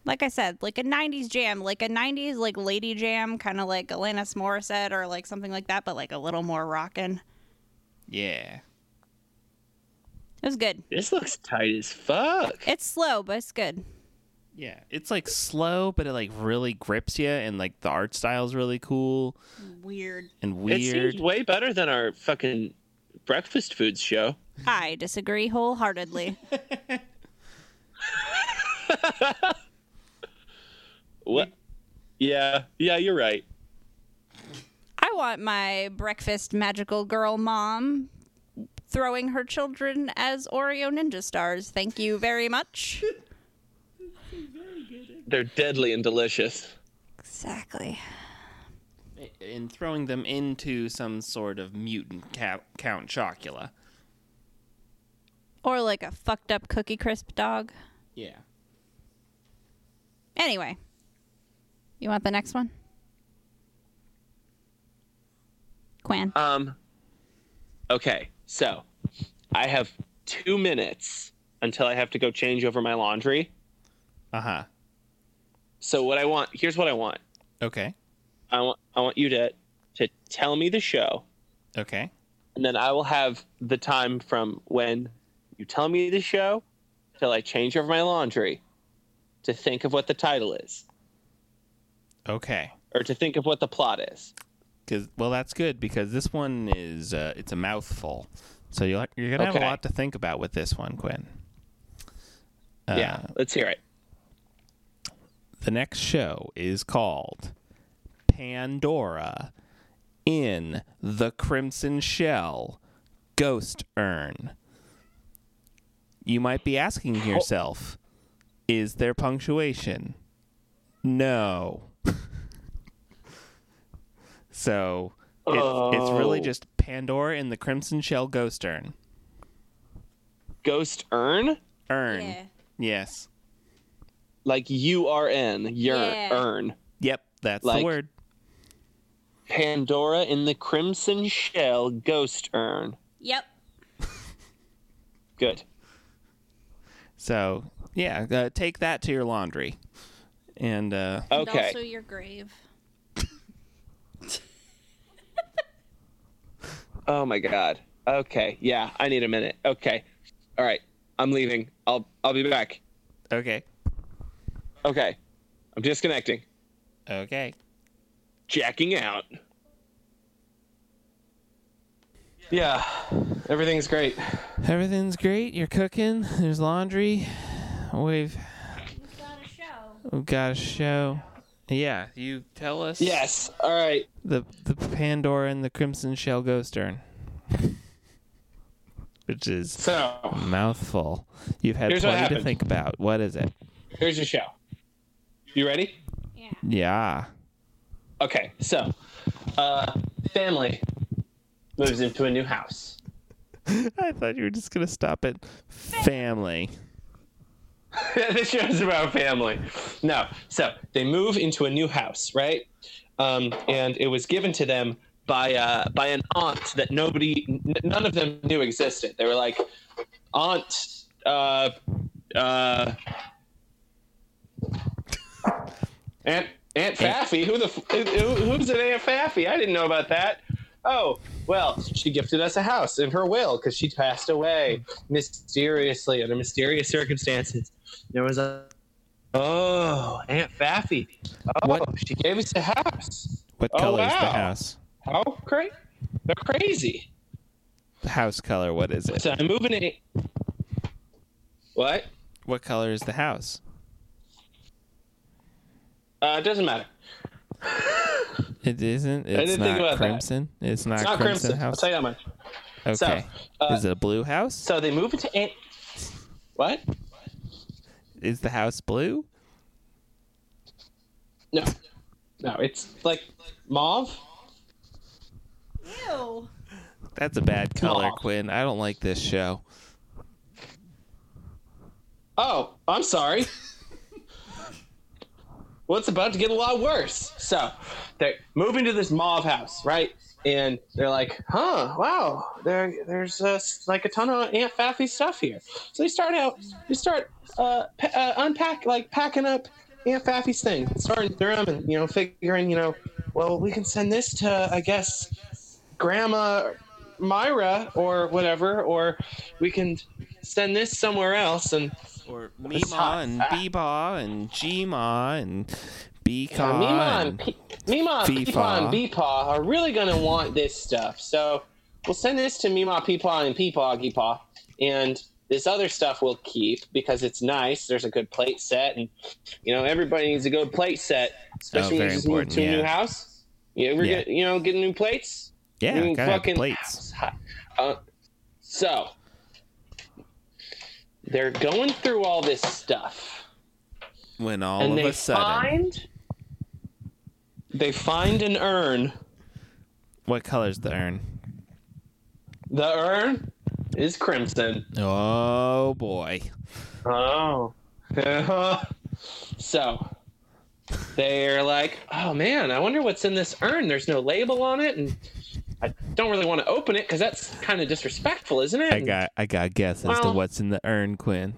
C: Like I said, like a '90s jam, like a '90s like lady jam, kind of like Alanis Morissette or like something like that, but like a little more rockin'.
B: Yeah.
C: It was good.
A: This looks tight as fuck.
C: It's slow, but it's good.
B: Yeah. It's like slow, but it like really grips you, and like the art style's really cool
C: Weird.
B: and
A: It
B: weird.
A: seems way better than our fucking breakfast foods show.
C: I disagree (laughs) wholeheartedly.
A: What? Yeah, yeah, you're right.
C: I want my breakfast magical girl mom throwing her children as Oreo ninja stars. Thank you very much.
A: They're deadly and delicious.
C: Exactly.
B: and throwing them into some sort of mutant ca- Count Chocula.
C: Or like a fucked up cookie crisp dog.
B: Yeah.
C: Anyway, you want the next one? Quan.
A: Um. Okay, so I have two minutes until I have to go change over my laundry.
B: Uh huh.
A: So what I want here's what I want.
B: Okay.
A: I want I want you to to tell me the show,
B: Okay.
A: and then I will have the time from when you tell me the show till I change over my laundry to think of what the title is
B: Okay.
A: or to think of what the plot is.
B: Cause well, that's good because this one is uh, it's a mouthful, so you're you're gonna have
A: Okay.
B: a lot to think about with this one, Quinn. Uh,
A: yeah, let's hear it.
B: The next show is called Pandora in the Crimson Shell Ghost Urn. You might be asking yourself, is there punctuation? No. (laughs) so it's, it's really
A: Oh.
B: just Pandora in the Crimson Shell Ghost Urn.
A: Ghost Urn?
B: Earn.
C: Yeah.
B: Yes.
A: Like U R N, yearn,
C: Yeah.
A: urn.
B: Yep. That's the
A: Like-
B: word.
A: Pandora in the Crimson Shell, Ghost Urn.
C: Yep.
A: Good.
B: So yeah, uh, take that to your laundry, and uh,
C: And
A: Okay.
C: also your grave.
A: Oh my god. Okay. Yeah, I need a minute. Okay. All right. I'm leaving. I'll I'll be back.
B: okay,
A: Okay. I'm disconnecting.
B: okay.
A: Jacking out. Yeah. Everything's great.
B: Everything's great. You're cooking. There's laundry. We've
C: We've got a show.
B: we've got a show. Yeah, you tell us.
A: Yes. All right.
B: The the Pandora and the Crimson Shell Ghost Urn, which is
A: So,
B: mouthful. You've had
A: Here's what
B: plenty to
A: happened.
B: think about. What is it?
A: here's your show. You ready?
C: Yeah.
B: Yeah. (laughs)
A: Okay, so uh family moves into a new house. (laughs)
B: I thought you were just gonna stop at family.
A: this show's about family. No, so they move into a new house, right? Um, and it was given to them by uh, by an aunt that nobody, n- none of them knew existed. They were like, aunt, uh, uh, aunt. Aunt Faffy, who the f- who, who's an Aunt Faffy? I didn't know about that. Oh well, she gifted us a house in her will because she passed away mysteriously under mysterious circumstances. There was a oh Aunt Faffy. Oh,
B: What-
A: she gave us a house.
B: What
A: Oh,
B: color is the
A: wow.
B: house?
A: How crazy! They're crazy.
B: The house color. What is it?
A: So I'm moving in. What?
B: What color is the house?
A: Uh, it doesn't matter.
B: It isn't. It's
A: didn't
B: not
A: think about that.
B: crimson. It's not,
A: It's not
B: crimson,
A: crimson. I'll
B: house.
A: tell you that much. So,
B: okay.
A: uh,
B: is it a blue house?
A: So they move into Aunt. What?
B: is the house blue?
A: No, no. It's like mauve.
C: Ew.
B: That's a bad color,
A: Aw.
B: Quinn. I don't like this show.
A: Oh, I'm sorry. well, it's about to get a lot worse. So they move into this mauve house, right? And they're like, huh, wow, there, there's uh, like a ton of Aunt Faffy stuff here. So they start out, they start uh, pa- uh, unpack, like packing up Aunt Faffy's thing, starting through them and, you know, figuring, you know, well, we can send this to, I guess, Grandma Myra or whatever, or we can send this somewhere else. And
B: Or
A: It's
B: Meemaw
A: hot. Ah.
B: and Beebaw and Gmaw and Beacaw.
A: Mimon,
B: and-
A: P- Mimon,
B: Feefaw.
A: Peepaw, and Beepaw are really going to want this stuff. So we'll send this to Mima, Peepaw, and Peepaw, Geepaw. And this other stuff we'll keep because it's nice. There's a good plate set. And, you know, everybody needs a good plate set,
B: Oh,
A: especially when
B: very
A: you just
B: important,
A: move to a new
B: yeah.
A: house. You ever
B: Yeah.
A: get, you know, get new plates?
B: yeah,
A: new
B: gotta have
A: fucking
B: plates.
A: house. Uh, so they're going through all this stuff
B: When all
A: and
B: of
A: they
B: a sudden,
A: find they find an urn.
B: what color's the urn?
A: The urn is crimson.
B: Oh boy.
A: Oh. (laughs) so they're like, oh man, I wonder what's in this urn. There's no label on it, and I don't really want to open it because that's kind of disrespectful, isn't it?
B: I got I got a guess as to
A: Well-
B: what's in the urn, Quinn.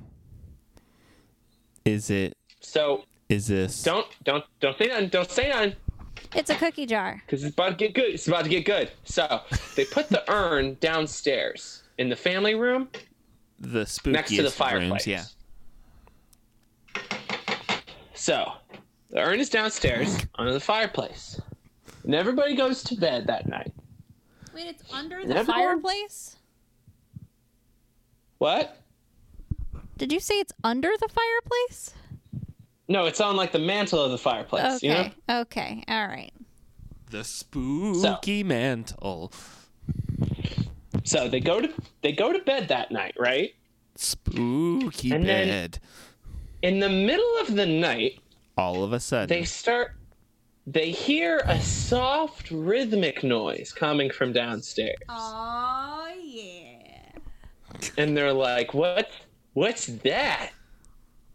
B: Is it
A: so
B: is this
A: don't don't don't say none. Don't say none.
C: It's a cookie jar.
A: because it's about to get good. It's about to get good. So they put the urn downstairs in the family room
B: the spookiest
A: next to the
B: rooms?
A: fireplace.
B: Yeah.
A: So the urn is downstairs under the fireplace. And everybody goes to bed that night.
C: Wait, it's under
A: the Another one?
C: fireplace?
A: What?
C: Did you say it's under the fireplace?
A: No, it's on like the mantle of the fireplace,
C: Okay.
A: you know?
C: Okay. All right.
B: The spooky mantle.
A: So they go to they go to bed that night, right?
B: Spooky
A: And then-
B: bed.
A: In the middle of the night,
B: All of a sudden.
A: they start they hear a soft rhythmic noise coming from downstairs.
C: Oh yeah.
A: and they're like, "What? What's that?"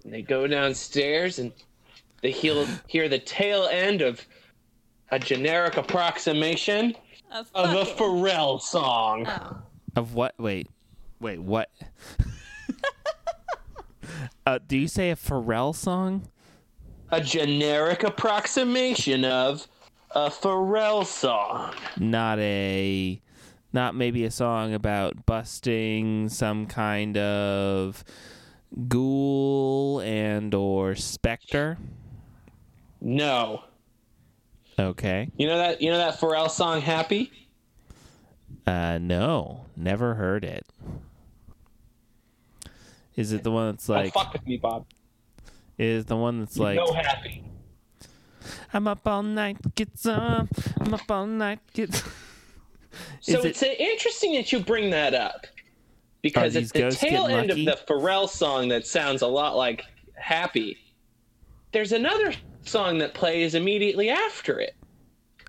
A: And they go downstairs and they hear hear the tail end of a generic approximation
C: A
A: of a
C: fucking-
A: Pharrell song.
C: Oh.
B: Of what? Wait, wait, what? (laughs) uh, do you say a Pharrell song?
A: A generic approximation of a Pharrell song.
B: Not a, not maybe a song about busting some kind of ghoul and or specter.
A: No.
B: Okay.
A: You know that you know that Pharrell song Happy?
B: Uh, no, never heard it. Is it the one that's
A: Don't
B: like?
A: fuck with me, Bob.
B: Is the one that's like?
A: no happy.
B: I'm up all night, get some. I'm up all night, get.
A: So
B: Is it-
A: it's uh interesting that you bring that up because
B: Are
A: at
B: these
A: the
B: ghosts
A: tail
B: getting
A: end of
B: lucky?
A: the Pharrell song that sounds a lot like Happy. There's another song that plays immediately after it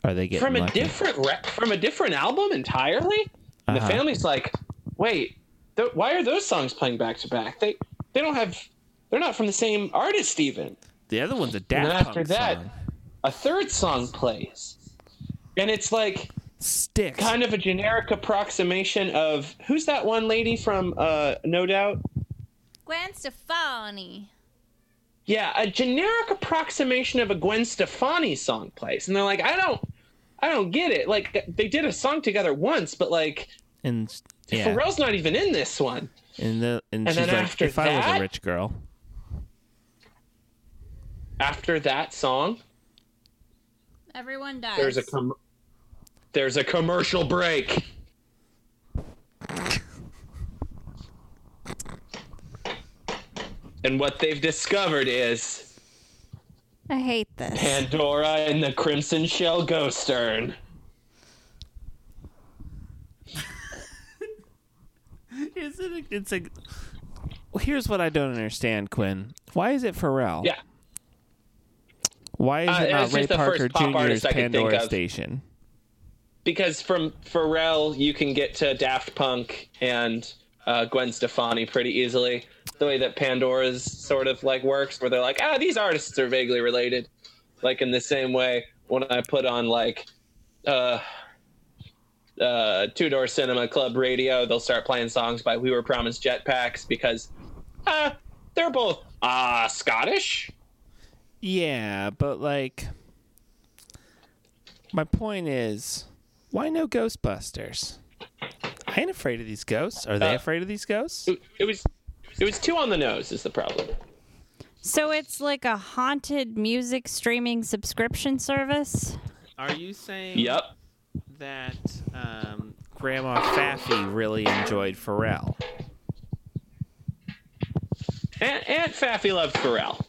B: Are they getting
A: from a
B: lucky?
A: different re- from a different album entirely. And the
B: Uh-huh.
A: family's like, "Wait, th- why are those songs playing back to back? They they don't have they're not from the same artist even."
B: The other one's a
A: And
B: Daft
A: then after
B: Punk
A: that,
B: song.
A: a third song plays. And it's like
B: Sticks.
A: kind of a generic approximation of who's that one lady from uh, No Doubt?
C: Gwen Stefani.
A: Yeah, a generic approximation of a Gwen Stefani song plays. And they're like, I don't I don't get it. Like they did a song together once, but like
B: and yeah,
A: Pharrell's not even in this one.
B: and the and,
A: And
B: she's
A: then
B: like,
A: after
B: if I was
A: that-
B: a rich girl,
A: After that song,
C: Everyone dies.
A: there's a com- there's a commercial break. and what they've discovered is
C: I hate this.
A: Pandora and the Crimson Shell Ghost Urn.
B: is it? A, it's a. Well, here's what I don't understand, Quinn. Why is it Pharrell?
A: Yeah.
B: Why is
A: Uh,
B: it
A: it
B: not
A: was
B: Ray
A: just the first
B: Parker
A: pop
B: Jr.'s
A: artist I could think
B: Pandora
A: of.
B: Station?
A: Because from Pharrell, you can get to Daft Punk and uh, Gwen Stefani pretty easily. The way that Pandora's sort of like works, where they're like, ah, these artists are vaguely related. Like in the same way, when I put on like uh, uh, Two Door Cinema Club Radio, they'll start playing songs by We Were Promised Jetpacks because uh, they're both uh, Scottish.
B: Yeah, but like, my point is, why no Ghostbusters? I ain't afraid of these ghosts. Are they
A: Uh,
B: afraid of these ghosts?
A: It, it was it was too on the nose is the problem.
C: So it's like a haunted music streaming subscription service.
B: Are you saying?
A: Yep.
B: that um, Grandma Faffy really enjoyed Pharrell.
A: Aunt, Aunt Faffy loved Pharrell.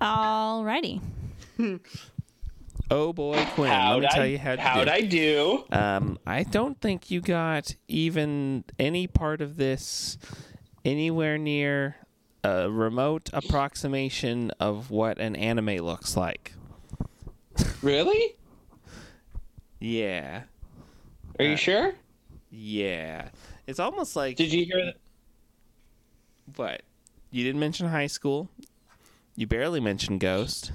C: Alrighty.
B: Oh boy, Quinn!
A: How'd
B: let me
A: I,
B: tell you how.
A: how'd
B: do.
A: I do?
B: Um, I don't think you got even any part of this anywhere near a remote approximation of what an anime looks like.
A: Really?
B: Yeah,
A: Are you sure?
B: yeah. It's almost like
A: Did you hear?
B: what you didn't mention high school. You barely mentioned Ghost.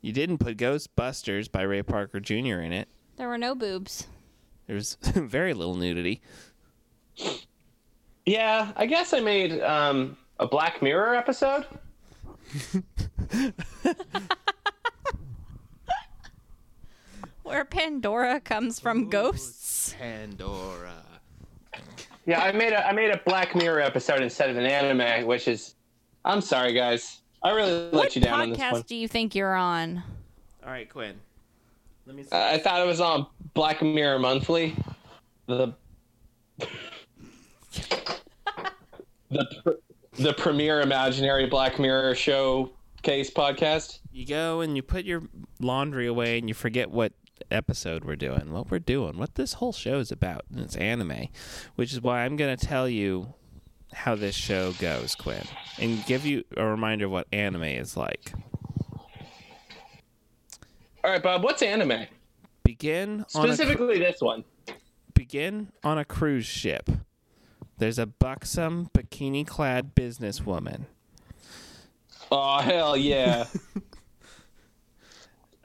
B: You didn't put Ghostbusters by Ray Parker Jr. in it.
C: There were no boobs.
B: There's (laughs) very little nudity.
A: Yeah, I guess I made um, a Black Mirror episode.
C: Where Pandora comes from ghosts.
B: Pandora.
A: Yeah, I made a I made a Black Mirror episode instead of an anime, which is. I'm sorry, guys. I really
C: What
A: let you down on this one.
C: podcast do you think you're on?
B: All right, Quinn. Let me. See.
A: I thought it was on Black Mirror Monthly. The the pr- the premier imaginary Black Mirror showcase podcast.
B: you go and you put your laundry away, and you forget what episode we're doing, what we're doing, what this whole show is about, and it's anime, which is why I'm gonna tell you how this show goes, Quinn, and give you a reminder of what anime is like.
A: All right, Bob. What's anime?
B: Begin on a,
A: Specifically, this one.
B: cr- begin on a cruise ship. There's a buxom, bikini clad businesswoman.
A: Oh hell yeah!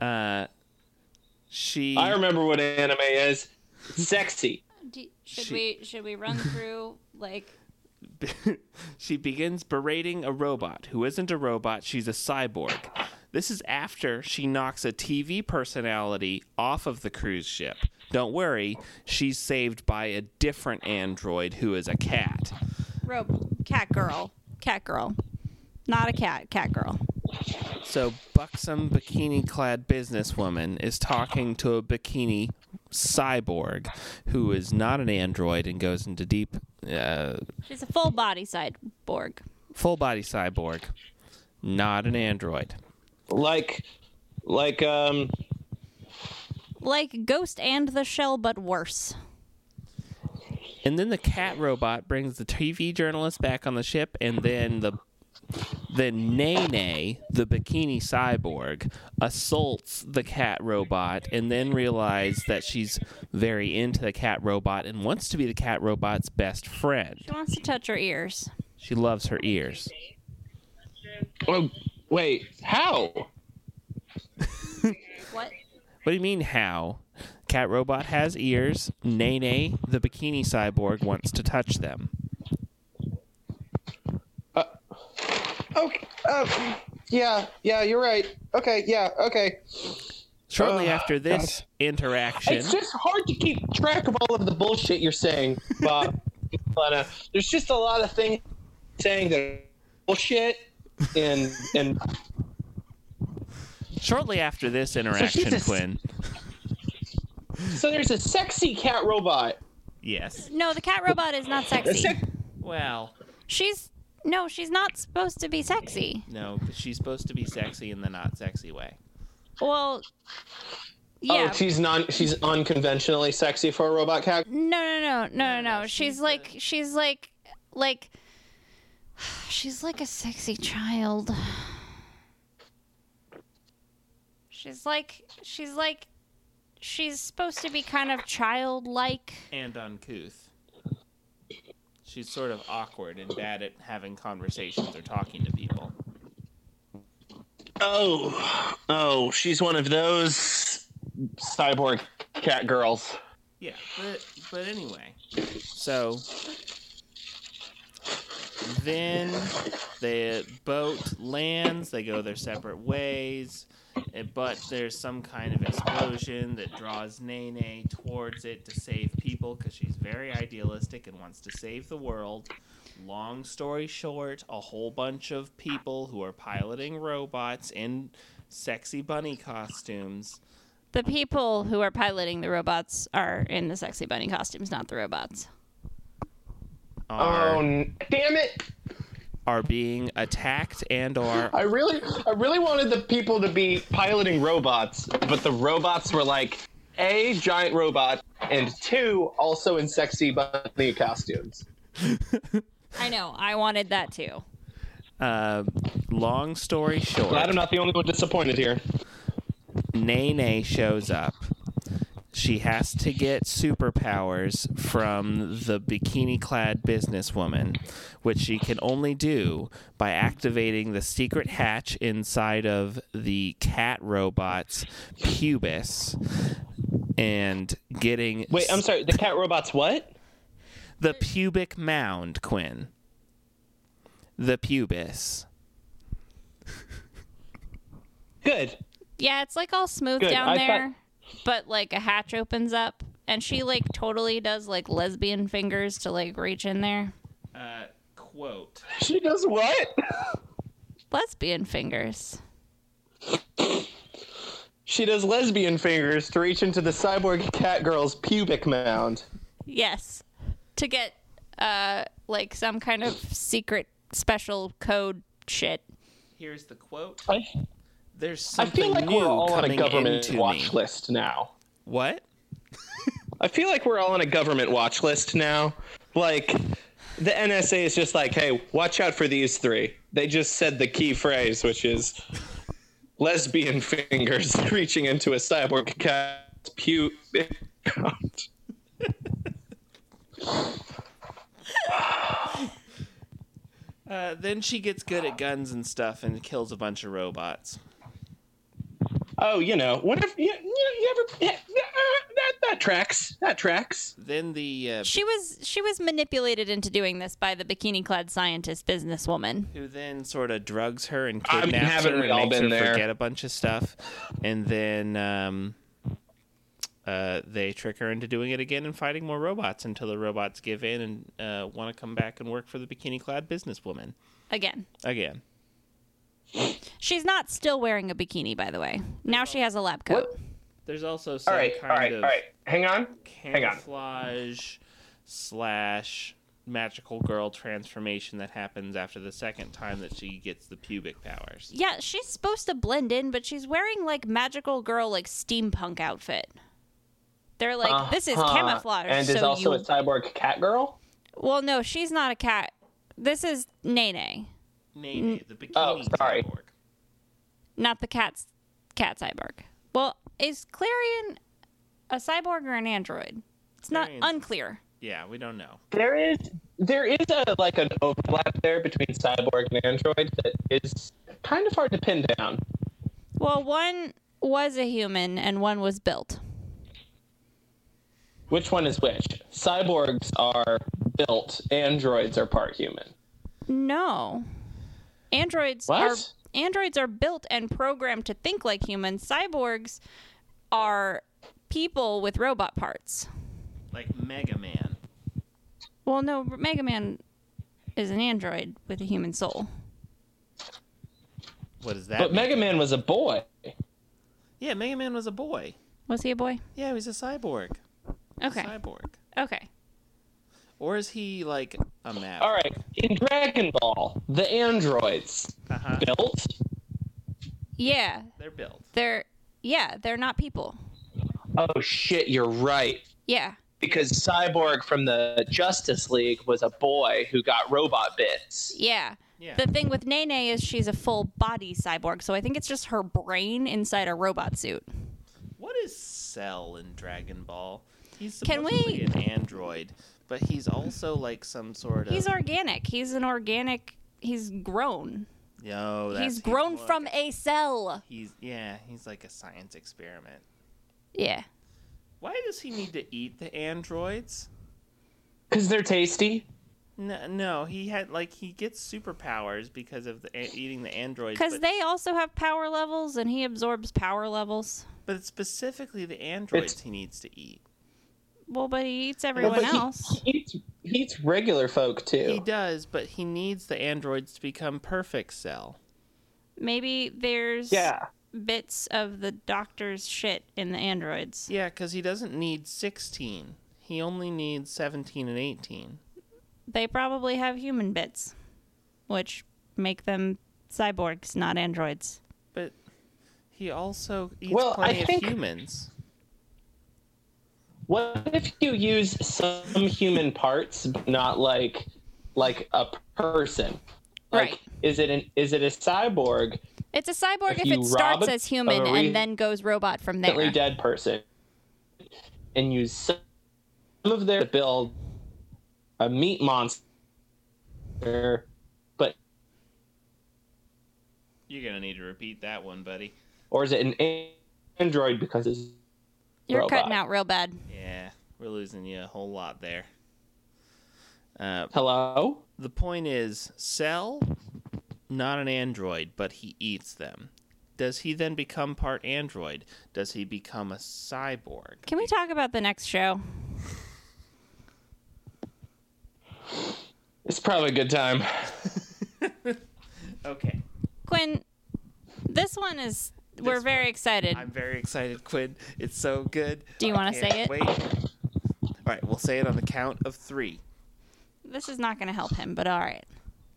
B: Uh, she.
A: I remember what anime is. Sexy.
C: Do- should
B: She-
C: we should we run through like
B: she begins berating a robot who isn't a robot, she's a cyborg. This is after she knocks a TV personality off of the cruise ship. Don't worry, she's saved by a different android who is a cat.
C: rope cat girl, cat girl, not a cat, cat girl.
B: So, buxom bikini clad businesswoman is talking to a bikini cyborg who is not an android and goes into deep uh,
C: She's a full body cyborg.
B: full body cyborg, not an android.
A: Like, like um,
C: Like Ghost and the Shell, but worse.
B: And then the cat robot brings the TV journalist back on the ship, and then the then Nene, the bikini cyborg, assaults the cat robot, and then realizes that she's very into the cat robot and wants to be the cat robot's best friend.
C: She wants to touch her ears.
B: She loves her ears.
A: oh, wait, how?
C: What?
B: What do you mean how? Cat robot has ears. Nene, the bikini cyborg, wants to touch them.
A: Okay. Uh, yeah, yeah, you're right. Okay, yeah, okay.
B: Shortly
A: Oh,
B: after this interaction,
A: It's just hard to keep track of all of the bullshit you're saying, (laughs) Bob. but uh, there's just a lot of things saying that are bullshit, and and
B: shortly after this interaction,
A: a-
B: Quinn.
A: so there's a sexy cat robot.
B: Yes.
C: No, the cat robot is not
A: A
C: sexy.
A: (laughs) sec-
B: Well,
C: She's no, she's not supposed to be sexy.
B: no, but she's supposed to be sexy in the not sexy way.
C: Well, yeah.
A: Oh, she's non. She's unconventionally sexy for a robot cat.
C: no, no, no, no, no, no. She's like, she's like, like, (sighs) she's like a sexy child. She's like, she's like, she's supposed to be kind of childlike.
B: And uncouth. She's sort of awkward and bad at having conversations or talking to people.
A: Oh, oh, she's one of those cyborg cat girls.
B: Yeah, but but anyway. So then the boat lands, they go their separate ways, eh, but there's some kind of explosion that draws Nene towards it to save people because she's very idealistic and wants to save the world. Long story short, a whole bunch of people who are piloting robots in sexy bunny costumes
C: The people who are piloting the robots are in the sexy bunny costumes, not the robots.
B: are
A: Oh, n- damn it!
B: uh, are being attacked and or
A: I really, I really wanted the people to be piloting robots, but the robots were like a giant robot and two also in sexy bunny costumes.
C: I know. I wanted that too.
B: uh, long story short
A: Glad I'm not the only one disappointed here.
B: Nene shows up she has to get superpowers from the bikini clad businesswoman which she can only do by activating the secret hatch inside of the cat robot's pubis and getting
A: Wait, I'm sorry. The cat robots what?
B: the pubic mound quinn the pubis
A: Good.
C: Yeah, it's like all smooth
A: Good,
C: down
A: I thought-
C: there, but like a hatch opens up, and she like totally does like lesbian fingers to like reach in there.
B: uh, quote
A: She does what?
C: Lesbian fingers.
A: She does lesbian fingers to reach into the cyborg cat girl's pubic mound.
C: Yes, to get uh like some kind of secret special code shit.
B: here's the quote
A: I,
B: there's
A: I
B: something
A: feel like
B: new
A: we're all on a
B: coming
A: government
B: into
A: watch
B: me.
A: list now.
B: What?
A: I feel like we're all on a government watch list now. Like the NSA is just like, hey, watch out for these three. They just said the key phrase, which is lesbian (laughs) fingers reaching into a cyborg cat's pubic.
B: Uh, then she gets good at guns and stuff and kills a bunch of robots.
A: Oh, you know, what if you, you, you ever (laughs) yeah, that that tracks that tracks.
B: Then the uh,
C: She was she was manipulated into doing this by the bikini-clad scientist businesswoman.
B: who then sort of drugs her and
A: I mean,
B: kidnaps
A: haven't
B: her
A: we
B: and
A: all
B: makes
A: been
B: her
A: there?
B: forget a bunch of stuff, and then um, uh, they trick her into doing it again and fighting more robots until the robots give in and uh, want to come back and work for the bikini-clad businesswoman
C: Again,
B: again.
C: she's not still wearing a bikini, by the way. Now she has a lab coat.
A: What?
B: There's also some
A: All right, all
B: kind
A: right, all
B: of
A: right. Hang on. Hang on.
B: camouflage slash magical girl transformation that happens after the second time that she gets the pubic powers.
C: Yeah, she's supposed to blend in, but she's wearing like magical girl like steampunk outfit. They're like, this is
A: Uh-huh.
C: camouflage.
A: And
C: so
A: is also a
C: you...
A: cyborg cat girl.
C: Well, no, she's not a cat. This is Nene,
B: Nene, the bikini
A: Oh, sorry.
B: cyborg.
C: not the cat's cat cyborg. Well, is Clarion a cyborg or an android? It's not
B: Clarion's-
C: unclear.
B: Yeah, we don't know.
A: There is there is a like an overlap there between cyborg and android that is kind of hard to pin down.
C: Well, one was a human and one was built.
A: Which one is which? Cyborgs are built. Androids are part human.
C: No. Androids
A: What?
C: are androids are built and programmed to think like humans. Cyborgs are people with robot parts.
B: Like Mega Man.
C: Well, no, Mega Man is an android with a human soul.
B: What is that?
A: But
B: mean?
A: Mega Man was a boy.
B: yeah, Mega Man was a boy.
C: Was he a boy?
B: Yeah, he was a cyborg.
C: Okay.
B: Cyborg.
C: Okay.
B: Or is he like a map?
A: All right. In Dragon Ball, the androids
B: Uh-huh.
A: built.
C: Yeah,
B: They're built.
C: they're yeah, they're not people.
A: Oh shit, you're right.
C: Yeah.
A: Because Cyborg from the Justice League was a boy who got robot bits.
C: Yeah.
B: Yeah.
C: The thing with Nene is she's a full body cyborg, so I think it's just her brain inside a robot suit.
B: What is Cell in Dragon Ball? He's
C: Can we-
B: supposedly an android, but he's also like some sort of.
C: He's organic. He's an organic. He's grown.
B: No, that's
C: He's grown
B: look.
C: from a cell.
B: He's yeah, he's like a science experiment.
C: Yeah.
B: Why does he need to eat the androids?
A: Because they're tasty.
B: No, no, he had like he gets superpowers because of the, a- eating the androids.
C: Because
B: but,
C: they also have power levels and he absorbs power levels.
B: but it's specifically the androids he needs to eat.
C: Well, but he eats
A: Well,
C: everyone
A: but he-
C: else.
A: He, eats, he eats regular folk
B: He
A: too.
B: does, but he needs the androids to become perfect cell.
C: Maybe there's
A: Yeah.
C: bits of the doctor's shit in the androids.
B: Yeah, because he doesn't need sixteen. He only needs seventeen and eighteen.
C: They probably have human bits, which make them cyborgs, not androids.
B: But he also eats
A: Well, I
B: plenty of
A: think-
B: humans.
A: What if you use some human parts, but not like like a person? Like,
C: Right.
A: Is it an is it a cyborg
C: It's a cyborg
A: If
C: if,
A: you
C: it starts
A: rob
C: as human
A: a re-
C: and then goes robot from there.
A: currently dead person and use some of their to build a meat monster but
B: You're gonna need to repeat that one, buddy.
A: or is it an android because it's
C: You're
A: robot?
C: cutting out real bad.
B: Yeah, we're losing you a whole lot there. Uh,
A: hello
B: the point is, Cell, not an android, but he eats them. Does he then become part android? Does he become a cyborg?
C: Can we talk about the next show?
A: it's probably a good time
B: Okay,
C: Quinn, this one is. we're
B: This
C: very excited.
B: I'm very excited, Quinn. It's so good.
C: Do you
B: I
C: wanna
B: can't
C: say it?
B: Wait. All right, we'll say it on the count of three.
C: This is not going to help him, but all right.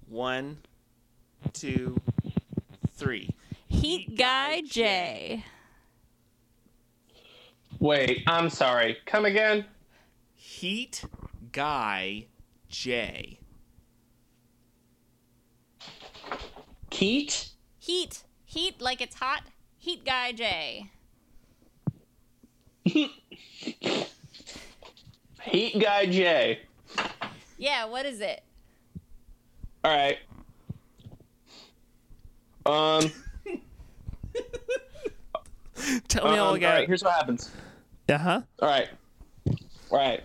B: One, two, three.
C: Heat Guy
B: Guy
C: J.
A: wait i'm sorry come again
B: Heat Guy J.
A: keat
C: Heat. Heat like it's hot. Heat Guy J.
A: heat guy j
C: Yeah, what is it?
A: All right. Um.
B: Tell me all
A: um, all right.
B: again.
A: Here's what happens.
B: Uh huh.
A: All right. All right.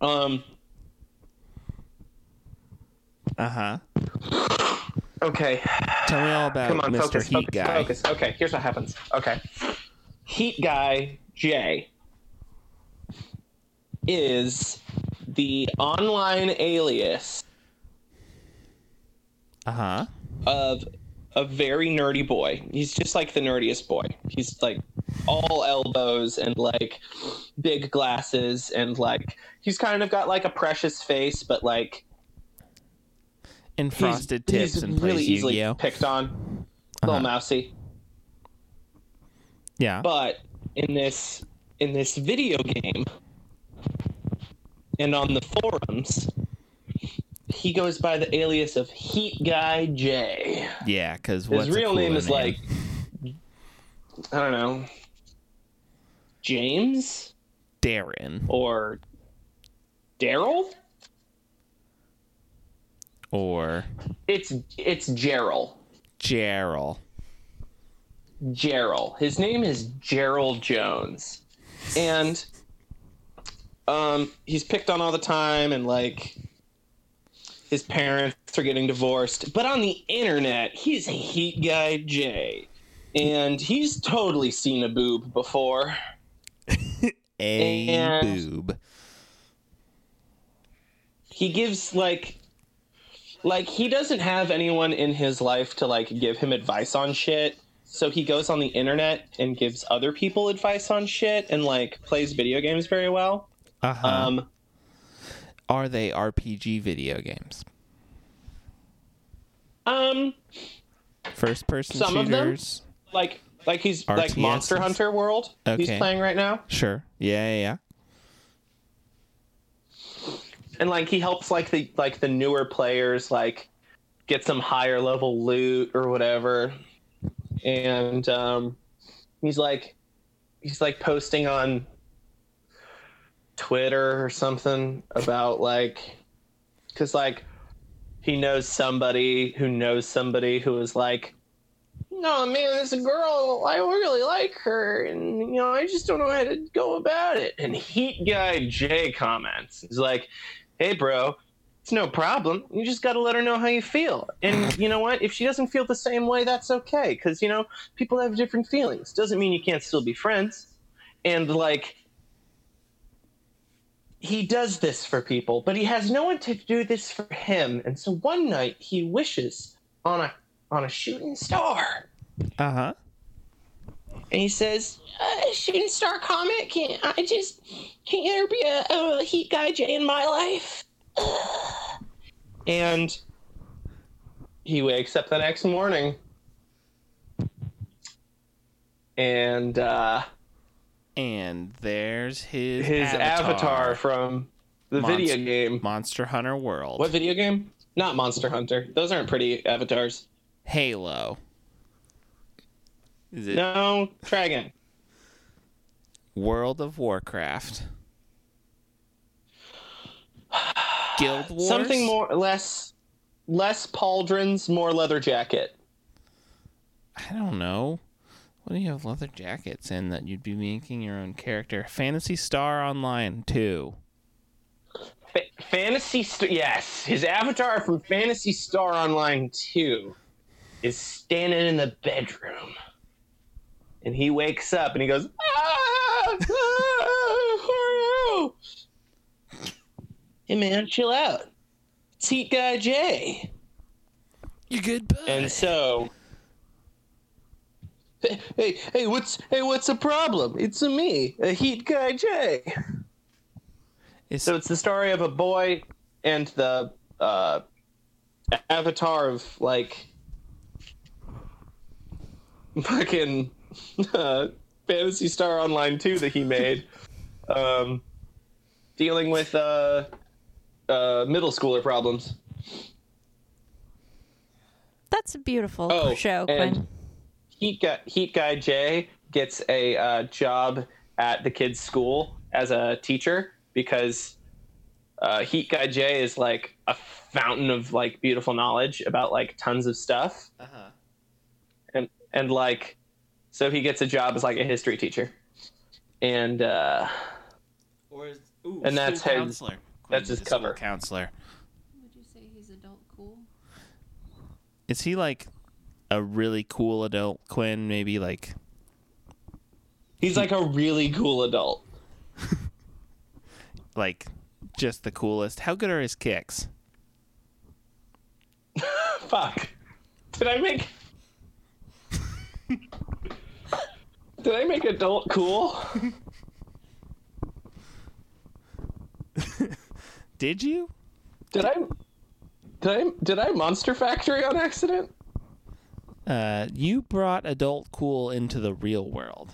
A: Um.
B: Uh huh.
A: Okay.
B: Tell me all about
A: Come on,
B: Mr.
A: focus,
B: Oh, Heat
A: focus,
B: Guy.
A: focus. Okay, here's what happens. Okay. Heat Guy J is the online alias
B: Uh huh.
A: of a very nerdy boy. He's just like the nerdiest boy. He's like all elbows and like big glasses and like he's kind of got like a precious face, but like
B: And
A: he's-
B: frosted tips
A: he's
B: and plays
A: really easily
B: Yu-Gi-Oh.
A: picked on. Little
B: Uh-huh.
A: mousy.
B: yeah.
A: but in this in this video game and on the forums he goes by the alias of heat guy j
B: yeah, because
A: his
B: what's a
A: real name
B: cooler
A: is like i don't know james
B: Darren
A: or daryl
B: or
A: it's it's gerald
B: Gerald.
A: Gerald. His name is Gerald Jones, and um, he's picked on all the time, and like his parents are getting divorced. But on the internet, he's a heat guy J, and he's totally seen a boob before.
B: A
A: And-
B: boob.
A: He gives like. Like he doesn't have anyone in his life to like give him advice on shit, so he goes on the internet and gives other people advice on shit and like plays video games very well.
B: Uh huh.
A: Um,
B: Are they RPG video games?
A: um,
B: First person
A: Some of them.
B: shooters.
A: like, like he's
B: RTS.
A: like Monster Hunter World. He's
B: Okay.
A: playing right now,
B: Sure. Yeah, yeah, yeah.
A: and like he helps like the like the newer players like get some higher level loot or whatever, and um, he's like, he's like posting on Twitter or something about like, because like he knows somebody who knows somebody who is like, no man, this girl, I really like her, and you know, I just don't know how to go about it. And Heat Guy Jay comments, he's like, hey bro. It's no problem. You just got to let her know how you feel. And you know what? If she doesn't feel the same way, that's okay. Because, you know, people have different feelings. Doesn't mean you can't still be friends. And, like, he does this for people, but he has no one to do this for him. And so one night he wishes on a on a shooting star,
B: Uh huh.
A: and he says, uh, "Shooting star comet, can I just can there be a, a heat guy J in my life?" (sighs) and he wakes up the next morning, and uh,
B: And there's his
A: his avatar.
B: avatar.
A: from the
B: Monst-
A: video game.
B: Monster Hunter World.
A: What video game? Not Monster Hunter. Those aren't pretty avatars.
B: Halo. Is it
A: No, try again.
B: World of
A: (sighs)
B: Warcraft? Guild Wars.
A: Something more, less, less pauldrons, more leather jacket.
B: I don't know. What do you have leather jackets in that you'd be making your own character? Fantasy Star Online 2.
A: Fa Fantasy, St- yes, his avatar from Fantasy Star Online Two is standing in the bedroom, and he wakes up and he goes, "Ah, ah who are you? Hey man, chill out. It's Heat Guy Jay."
B: You good, bud?
A: And so, hey, hey, hey, what's hey, what's the problem? It's a me, a heat guy Jay.
B: It's-
A: So it's the story of a boy and the uh, avatar of like fucking (laughs) uh, Fantasy Star Online two that he made, um, dealing with uh, uh, middle schooler problems.
C: That's a beautiful
A: Oh,
C: show,
A: and-
C: Quinn.
A: Heat guy, Heat guy Jay gets a uh, job at the kid's school as a teacher because uh, Heat Guy Jay is like a fountain of like beautiful knowledge about like tons of stuff,
B: Uh-huh.
A: and and like, so he gets a job as like a history teacher, and uh,
B: Or is, ooh,
A: And that's
B: school
A: how-
B: counselor.
A: that's his
B: Quinn's a school
A: cover.
B: Counselor.
C: Would you say he's adult cool?
B: Is he like a really cool adult Quinn? Maybe like
A: he's like a really cool adult.
B: like just the coolest. How good are his kicks?
A: Fuck. Did I make? (laughs) Did I make adult cool?
B: Did you?
A: Did I? Did I? Did I Monster Factory on accident?
B: Uh, you brought adult cool into the real world.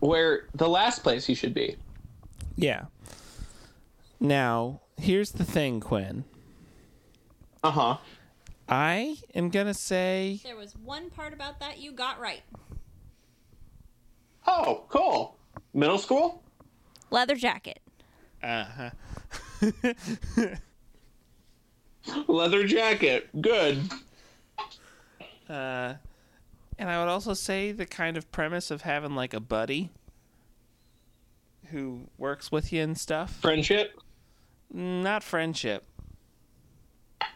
A: Where the last place you should be?
B: Yeah. Now, here's the thing, Quinn.
A: Uh huh.
B: I am gonna say
C: There was one part about that you got right.
A: Oh, cool. Middle school?
C: Leather jacket.
B: uh-huh.
A: Leather jacket. Good.
B: uh and I would also say the kind of premise of having like a buddy who works with you and stuff.
A: Friendship?
B: Not friendship. (laughs)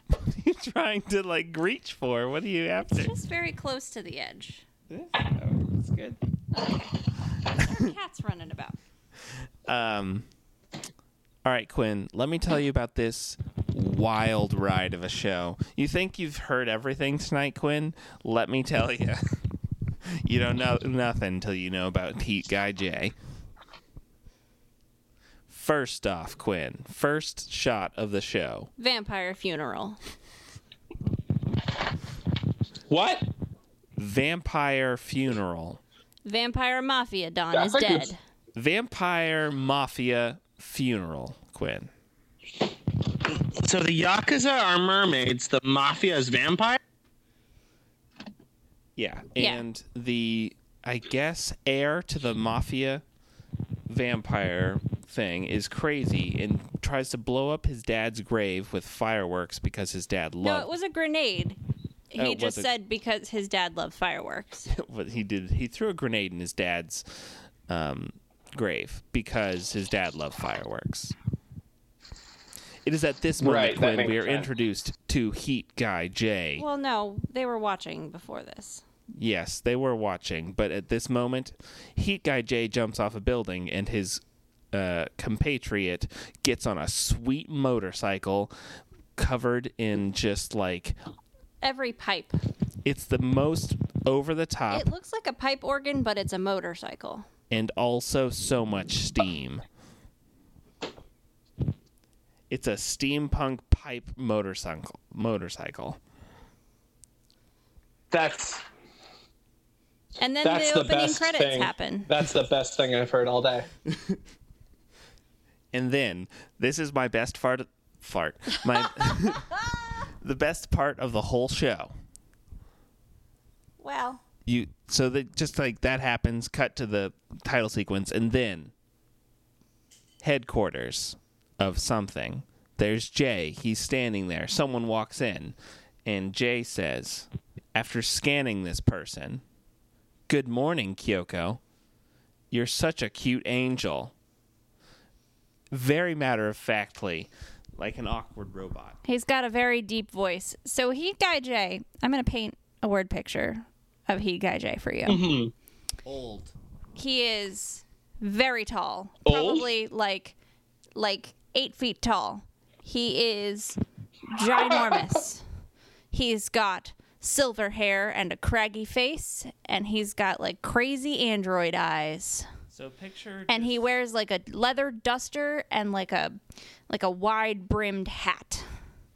B: What are you trying to like reach for? What are you after?
C: Just very close to the edge.
B: This? Oh, it's good.
C: Cat's running about.
B: Um, all right, Quinn, let me tell you about this wild ride of a show. You think you've heard everything tonight, Quinn? Let me tell you. (laughs) you don't know nothing till you know about Heat Guy J. First off, Quinn, first shot of the show.
C: Vampire funeral.
A: What?
B: Vampire funeral.
C: Vampire mafia Don
A: I
C: is
A: think it's-
C: dead.
B: Vampire mafia funeral, Quinn.
A: So the Yakuza are mermaids, the mafia is vampire?
B: Yeah.
C: Yeah.
B: And the I guess heir to the mafia vampire thing is crazy and tries to blow up his dad's grave with fireworks because his dad
C: No, it
B: loved
C: was a grenade. He
B: Oh, was
C: just
B: it?
C: said because his dad loved fireworks.
B: what he did he threw a grenade in his dad's um, grave because his dad loved fireworks. It is at this moment
A: Right, that
B: when we are
A: makes sense.
B: introduced to Heat Guy Jay.
C: Well, no, they were watching before this.
B: Yes, they were watching, but at this moment, Heat Guy Jay jumps off a building and his uh, compatriot gets on a sweet motorcycle covered in just like
C: Every pipe.
B: it's the most over the top
C: It looks like a pipe organ, but it's a motorcycle.
B: and also so much steam. It's a steampunk pipe motorcycle motorcycle.
A: That's
C: And then
A: that's
C: the
A: the,
C: opening
A: best
C: credits
A: thing.
C: happen.
A: That's the best thing I've heard all day.
B: And then this is my best fart fart. My (laughs) the best part of the whole show.
C: Well,
B: you so that just like that happens cut to the title sequence and then headquarters of something there's jay he's standing there someone walks in and jay says after scanning this person good morning kyoko you're such a cute angel very matter of factly like an awkward robot
C: he's got a very deep voice. So he guy J, I'm going to paint a word picture of he guy J for you.
B: old
C: He is very tall,
A: Old?
C: probably like like eight feet tall. He is ginormous. he's got silver hair and a craggy face, and he's got like crazy android eyes.
B: so picture
C: And he wears like a leather duster and like a like a wide brimmed hat.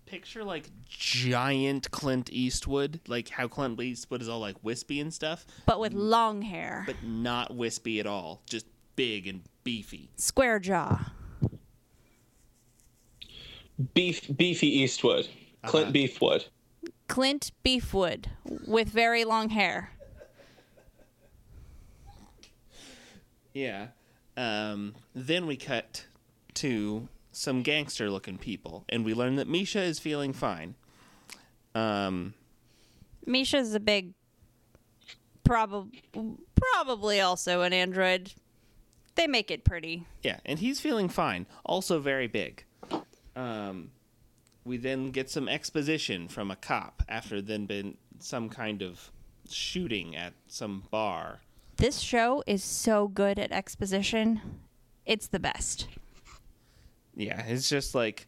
B: picture like giant Clint Eastwood, like how Clint Eastwood is all like wispy and stuff,
C: But with long hair,
B: but not wispy at all, just big and beefy.
C: square jaw.
A: Beef beefy Eastwood. Clint Beefwood.
C: Clint Beefwood with very long hair.
B: Yeah. Um, then we cut to some gangster looking people, and we learn that Misha is feeling fine. Um,
C: Misha's a big, probably probably also an android. They make it pretty.
B: yeah, and he's feeling fine, also very big. Um, we then get some exposition from a cop after then been some kind of shooting at some bar.
C: This show is so good at exposition. It's the best.
B: Yeah, it's just like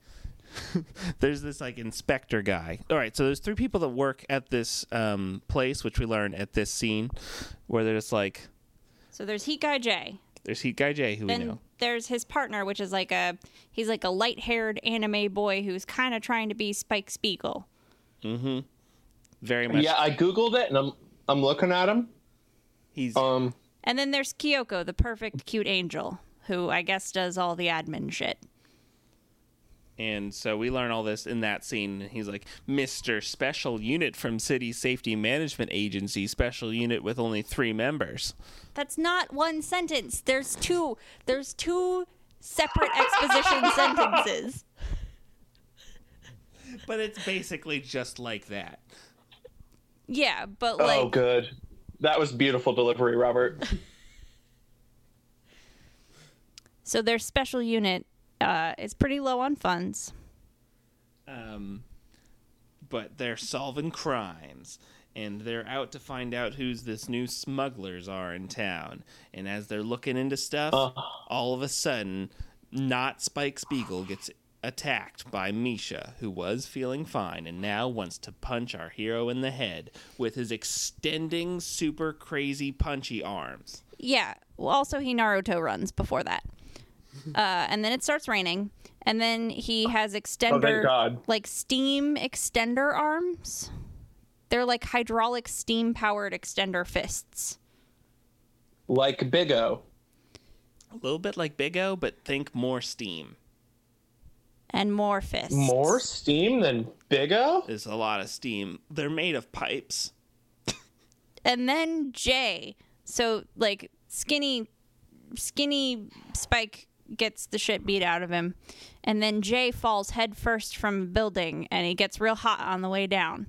B: (laughs) there's this like inspector guy. All right, so there's three people that work at this um, place, which we learn at this scene, where they're just like
C: So there's Heat Guy J.
B: there's Heat Guy J, who we
C: Then
B: know.
C: there's his partner, which is like a he's like a light haired anime boy who's kind of trying to be Spike Spiegel.
B: Very much.
A: uh,
D: Yeah, I googled it and I'm I'm looking at him.
B: He's
D: Um,
C: And then there's Kyoko, the perfect cute angel, who I guess does all the admin shit.
B: and so we learn all this in that scene. He's like Mister Special Unit from City Safety Management Agency, special unit with only three members.
C: That's not one sentence. There's two. There's two separate
D: (laughs)
C: exposition sentences.
B: But it's basically just like that.
C: Yeah, but like
D: oh, good. That was beautiful delivery, Robert.
C: so their special unit uh, is pretty low on funds.
B: um, but they're solving crimes and they're out to find out who's this new smugglers are in town and as they're looking into stuff all of a sudden not spike spiegel gets attacked by misha who was feeling fine and now wants to punch our hero in the head with his extending super crazy punchy arms
C: Yeah. Well, also he Naruto runs before
D: (laughs)
C: that, uh, and then it starts raining, and then he has extender
D: Oh, God.
C: like steam extender arms. They're like hydraulic steam powered extender fists.
D: Like Big O.
B: a little bit like big o but think more steam
C: And more fists.
D: More steam than Big O?
B: there's a lot of steam they're made of pipes
C: and then Jay. So like skinny, skinny Spike gets the shit beat out of him, and then Jay falls headfirst from a building, and he gets real hot on the way down,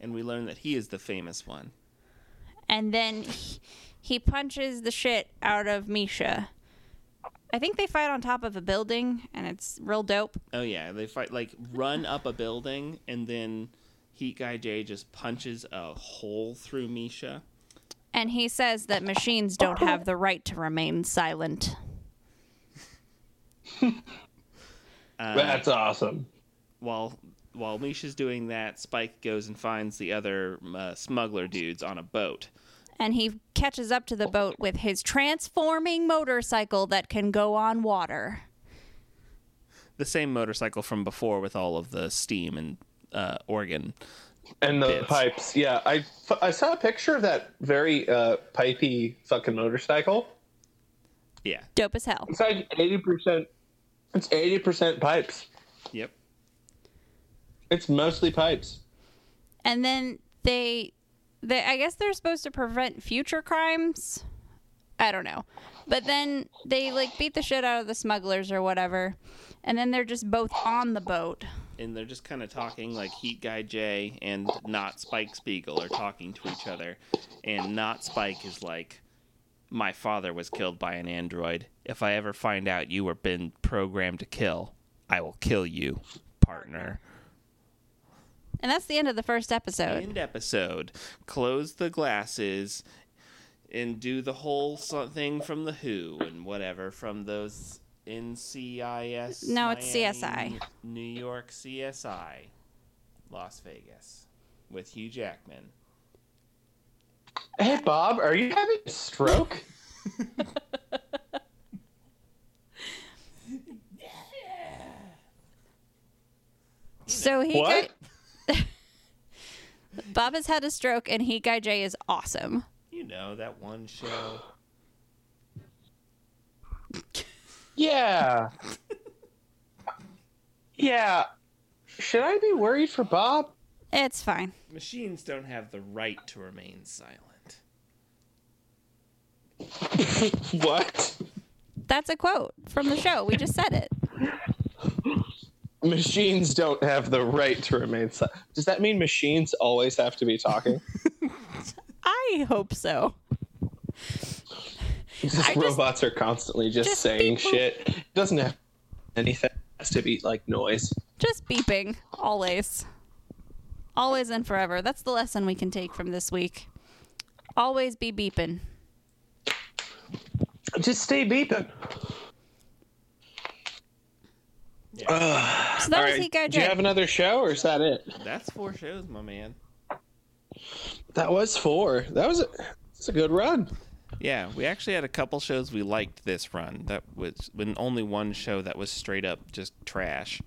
B: and we learn that he is the famous one.
C: and then he, he punches the shit out of Misha. I think they fight on top of a building, and it's real dope.
B: Oh yeah, they fight like run up a building and then Heat Guy J just punches a hole through Misha.
C: And he says that machines don't have the right to remain silent.
D: That's awesome.
B: While while Misha's doing that, Spike goes and finds the other uh, smuggler dudes on a boat.
C: and he catches up to the boat with his transforming motorcycle that can go on water.
B: The same motorcycle from before with all of the steam and uh, organ.
D: And the
B: Bits.
D: pipes. Yeah, I, I saw a picture of that very uh, pipey fucking motorcycle.
B: Yeah.
C: Dope as hell.
D: It's like 80%. It's 80% pipes.
B: Yep.
D: It's mostly pipes.
C: And then they, they, I guess they're supposed to prevent future crimes. I don't know. But then they like beat the shit out of the smugglers or whatever. And then they're just both on the boat.
B: and they're just kind of talking like Heat Guy J and Not Spike Spiegel are talking to each other, and Not Spike is like, "My father was killed by an android. If I ever find out you were been programmed to kill, I will kill you, partner."
C: And that's the end of the first episode.
B: End episode. Close the glasses, and do the whole so- thing from the Who and whatever from those NCIS.
C: No, it's
B: Miami,
C: CSI.
B: New York CSI, Las Vegas, with Hugh Jackman.
D: Hey, Bob, are you having a stroke?
C: So he
D: What?
C: got- (laughs) Bob has had a stroke and he guy J is awesome.
B: You know that one show.
D: Yeah. yeah. Should I be worried for Bob?
C: It's fine.
B: Machines don't have the right to remain silent.
D: What?
C: That's a quote from the show. We just said it.
A: (laughs) machines don't have the right to remain silent. Does that mean machines always have to be talking?
C: (laughs) I hope so. I just-
A: robots are constantly just,
C: just
A: saying
C: people-
A: shit. It doesn't have anything. It has to be like noise.
C: Just beeping, always. Always and forever. That's the lesson we can take from this week. Always be beeping.
A: Just stay beeping.
C: So that
A: All
C: was
A: right,
C: Heat Guy
A: Do you
C: Jake.
A: have another show, or is that it?
B: That's four shows, my man.
A: That was four. That was a, that's a good run.
B: Yeah, we actually had a couple shows we liked this run. That was when only one show that was straight up just trash.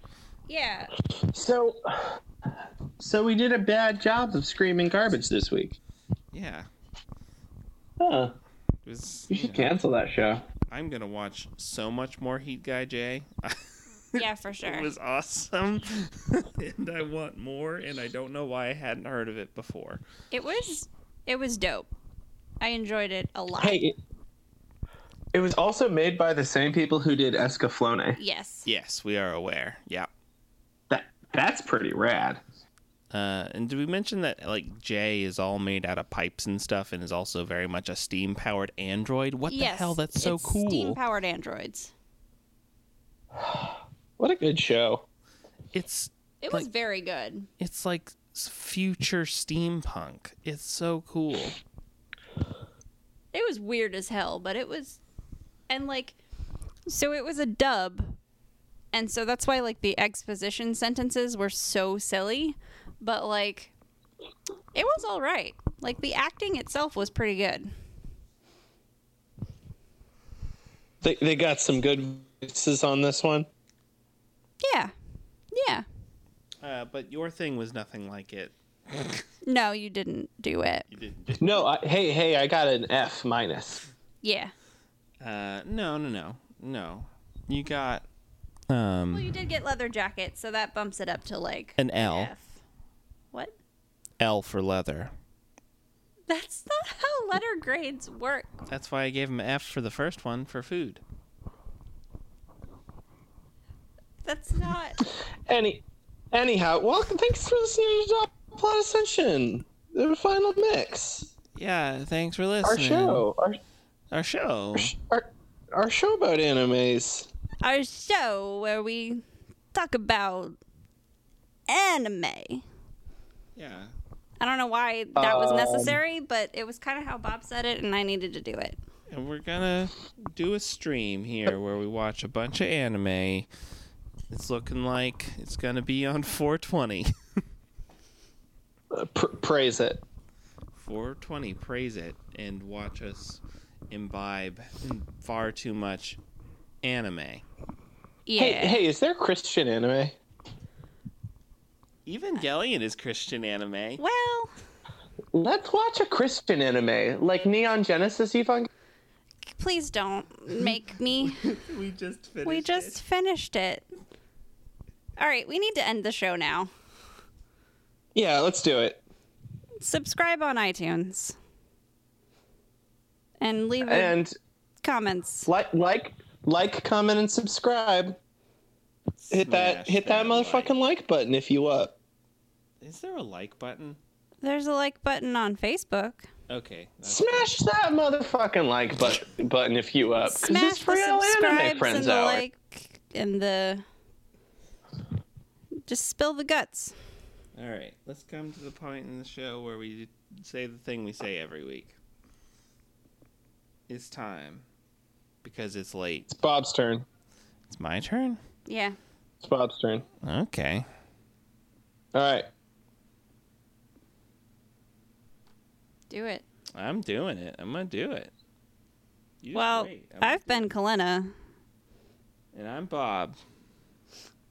C: Yeah.
A: So, so we did a bad job of screaming garbage this week.
B: Yeah,
A: Huh.
B: it (laughs) was.
A: We
B: you
A: should
B: know,
A: cancel that show.
B: I'm gonna watch so much more Heat Guy Jay.
A: (laughs)
C: Yeah, for sure.
B: (laughs) It was awesome, (laughs) and I want more. And I don't know why I hadn't heard of it before.
C: it was it was dope. I enjoyed it a lot.
A: Hey, it, it was also made by the same people who did Escaflowne.
C: Yes.
B: Yes, we are aware. Yeah.
A: That that's pretty rad.
B: Uh, and did we mention that like Jay is all made out of pipes and stuff, and is also very much a steam powered android? What
C: yes.
B: the hell? That's so cool.
C: Steam powered androids.
A: What a good show.
B: it's
C: It was
B: Like-
C: very good.
B: it's like s- future steampunk. It's so cool.
C: It was weird as hell, but it was and like so it was a dub. And so that's why like the exposition sentences were so silly, but like it was all right. Like the acting itself was pretty good.
A: They they got some good voices on this one.
C: Yeah. Yeah.
B: Uh, but your thing was nothing like it.
C: No, you didn't do it.
B: You didn't.
A: No, I, hey hey, I got an F minus.
C: Yeah.
B: Uh, no, no, no, no. You got um
C: Well, you did get leather jacket, so that bumps it up to like
B: an L.
C: F. What?
B: L for leather.
C: That's not how letter grades work.
B: That's why I gave him F for the first one for food.
C: That's not.
A: Any anyhow, welcome. Thanks for listening to Dot Plot Ascension, the final mix.
B: Yeah, thanks for
A: Our
B: listening.
A: show, our,
B: Our show.
A: our our show about animes.
C: Our show where we talk about anime. I
B: Yeah.
C: don't know why that was
A: Um,
C: necessary, but it was kind of how Bob said it, and I needed to do it.
B: And we're gonna do a stream here where we watch a bunch of anime. It's looking like it's gonna be on (laughs) 420.
A: Uh, pr- praise it.
B: 420 praise it and watch us imbibe far too much anime
C: Yeah.
A: Hey hey, is there Christian anime?
B: evangelion is christian anime
C: Well,
A: Let's watch a Christian anime like Neon Genesis Evangelion.
C: please don't make me.
B: (laughs) we just finished
C: we just finished it. All right, we need to end the show now.
A: Yeah, let's do it.
C: subscribe on iTunes and leave in
A: And
C: comments.
A: like like like comment and subscribe hit that
B: Smash
A: hit that
B: that
A: motherfucking like button if you up
B: is there a like button
C: There's a like button on Facebook.
B: okay that's-
A: smash that motherfucking like button button if you up 'cause
C: Smash
A: it's
C: the
A: real anime
C: subscribes and
A: friends
C: the
A: hour
C: like and the just spill the guts.
B: all right let's come to the point in the show where we say the thing we say every week it's time because it's late
A: it's bob's turn
B: it's my turn
C: Yeah.
A: it's bob's turn
B: okay
A: all right
C: Do it.
B: i'm doing it i'm gonna do it You just
C: well,
B: wait. I'm-
C: I've been Kalena.
B: and i'm bob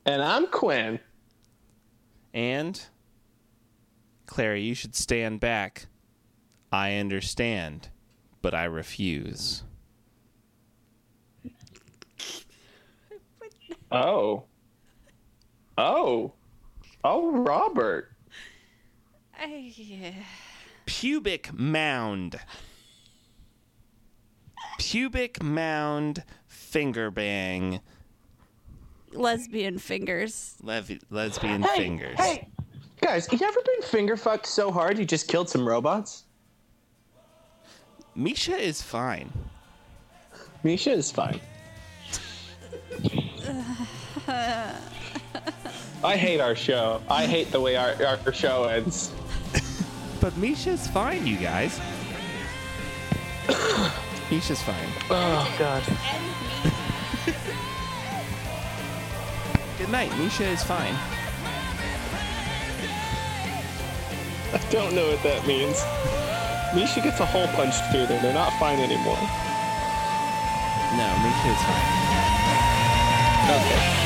A: and i'm quinn
B: And Clary, you should stand back. I understand, but I refuse.
A: oh oh oh robert
C: I, yeah.
B: Pubic mound. Pubic mound finger bang.
C: lesbian fingers.
B: Levi- lesbian
A: Hey,
B: fingers.
A: Hey, guys, you ever been finger fucked so hard you just killed some robots?
B: Misha is fine.
A: Misha is fine. I hate our show. I hate the way our, our show ends.
B: But Misha's fine, you
A: (coughs)
B: guys. Misha's fine.
A: Oh, God.
B: (laughs) Good night. Misha is fine.
A: I don't know what that means. Misha gets a hole punched through there. They're not fine anymore.
B: No, Misha is fine.
A: Okay.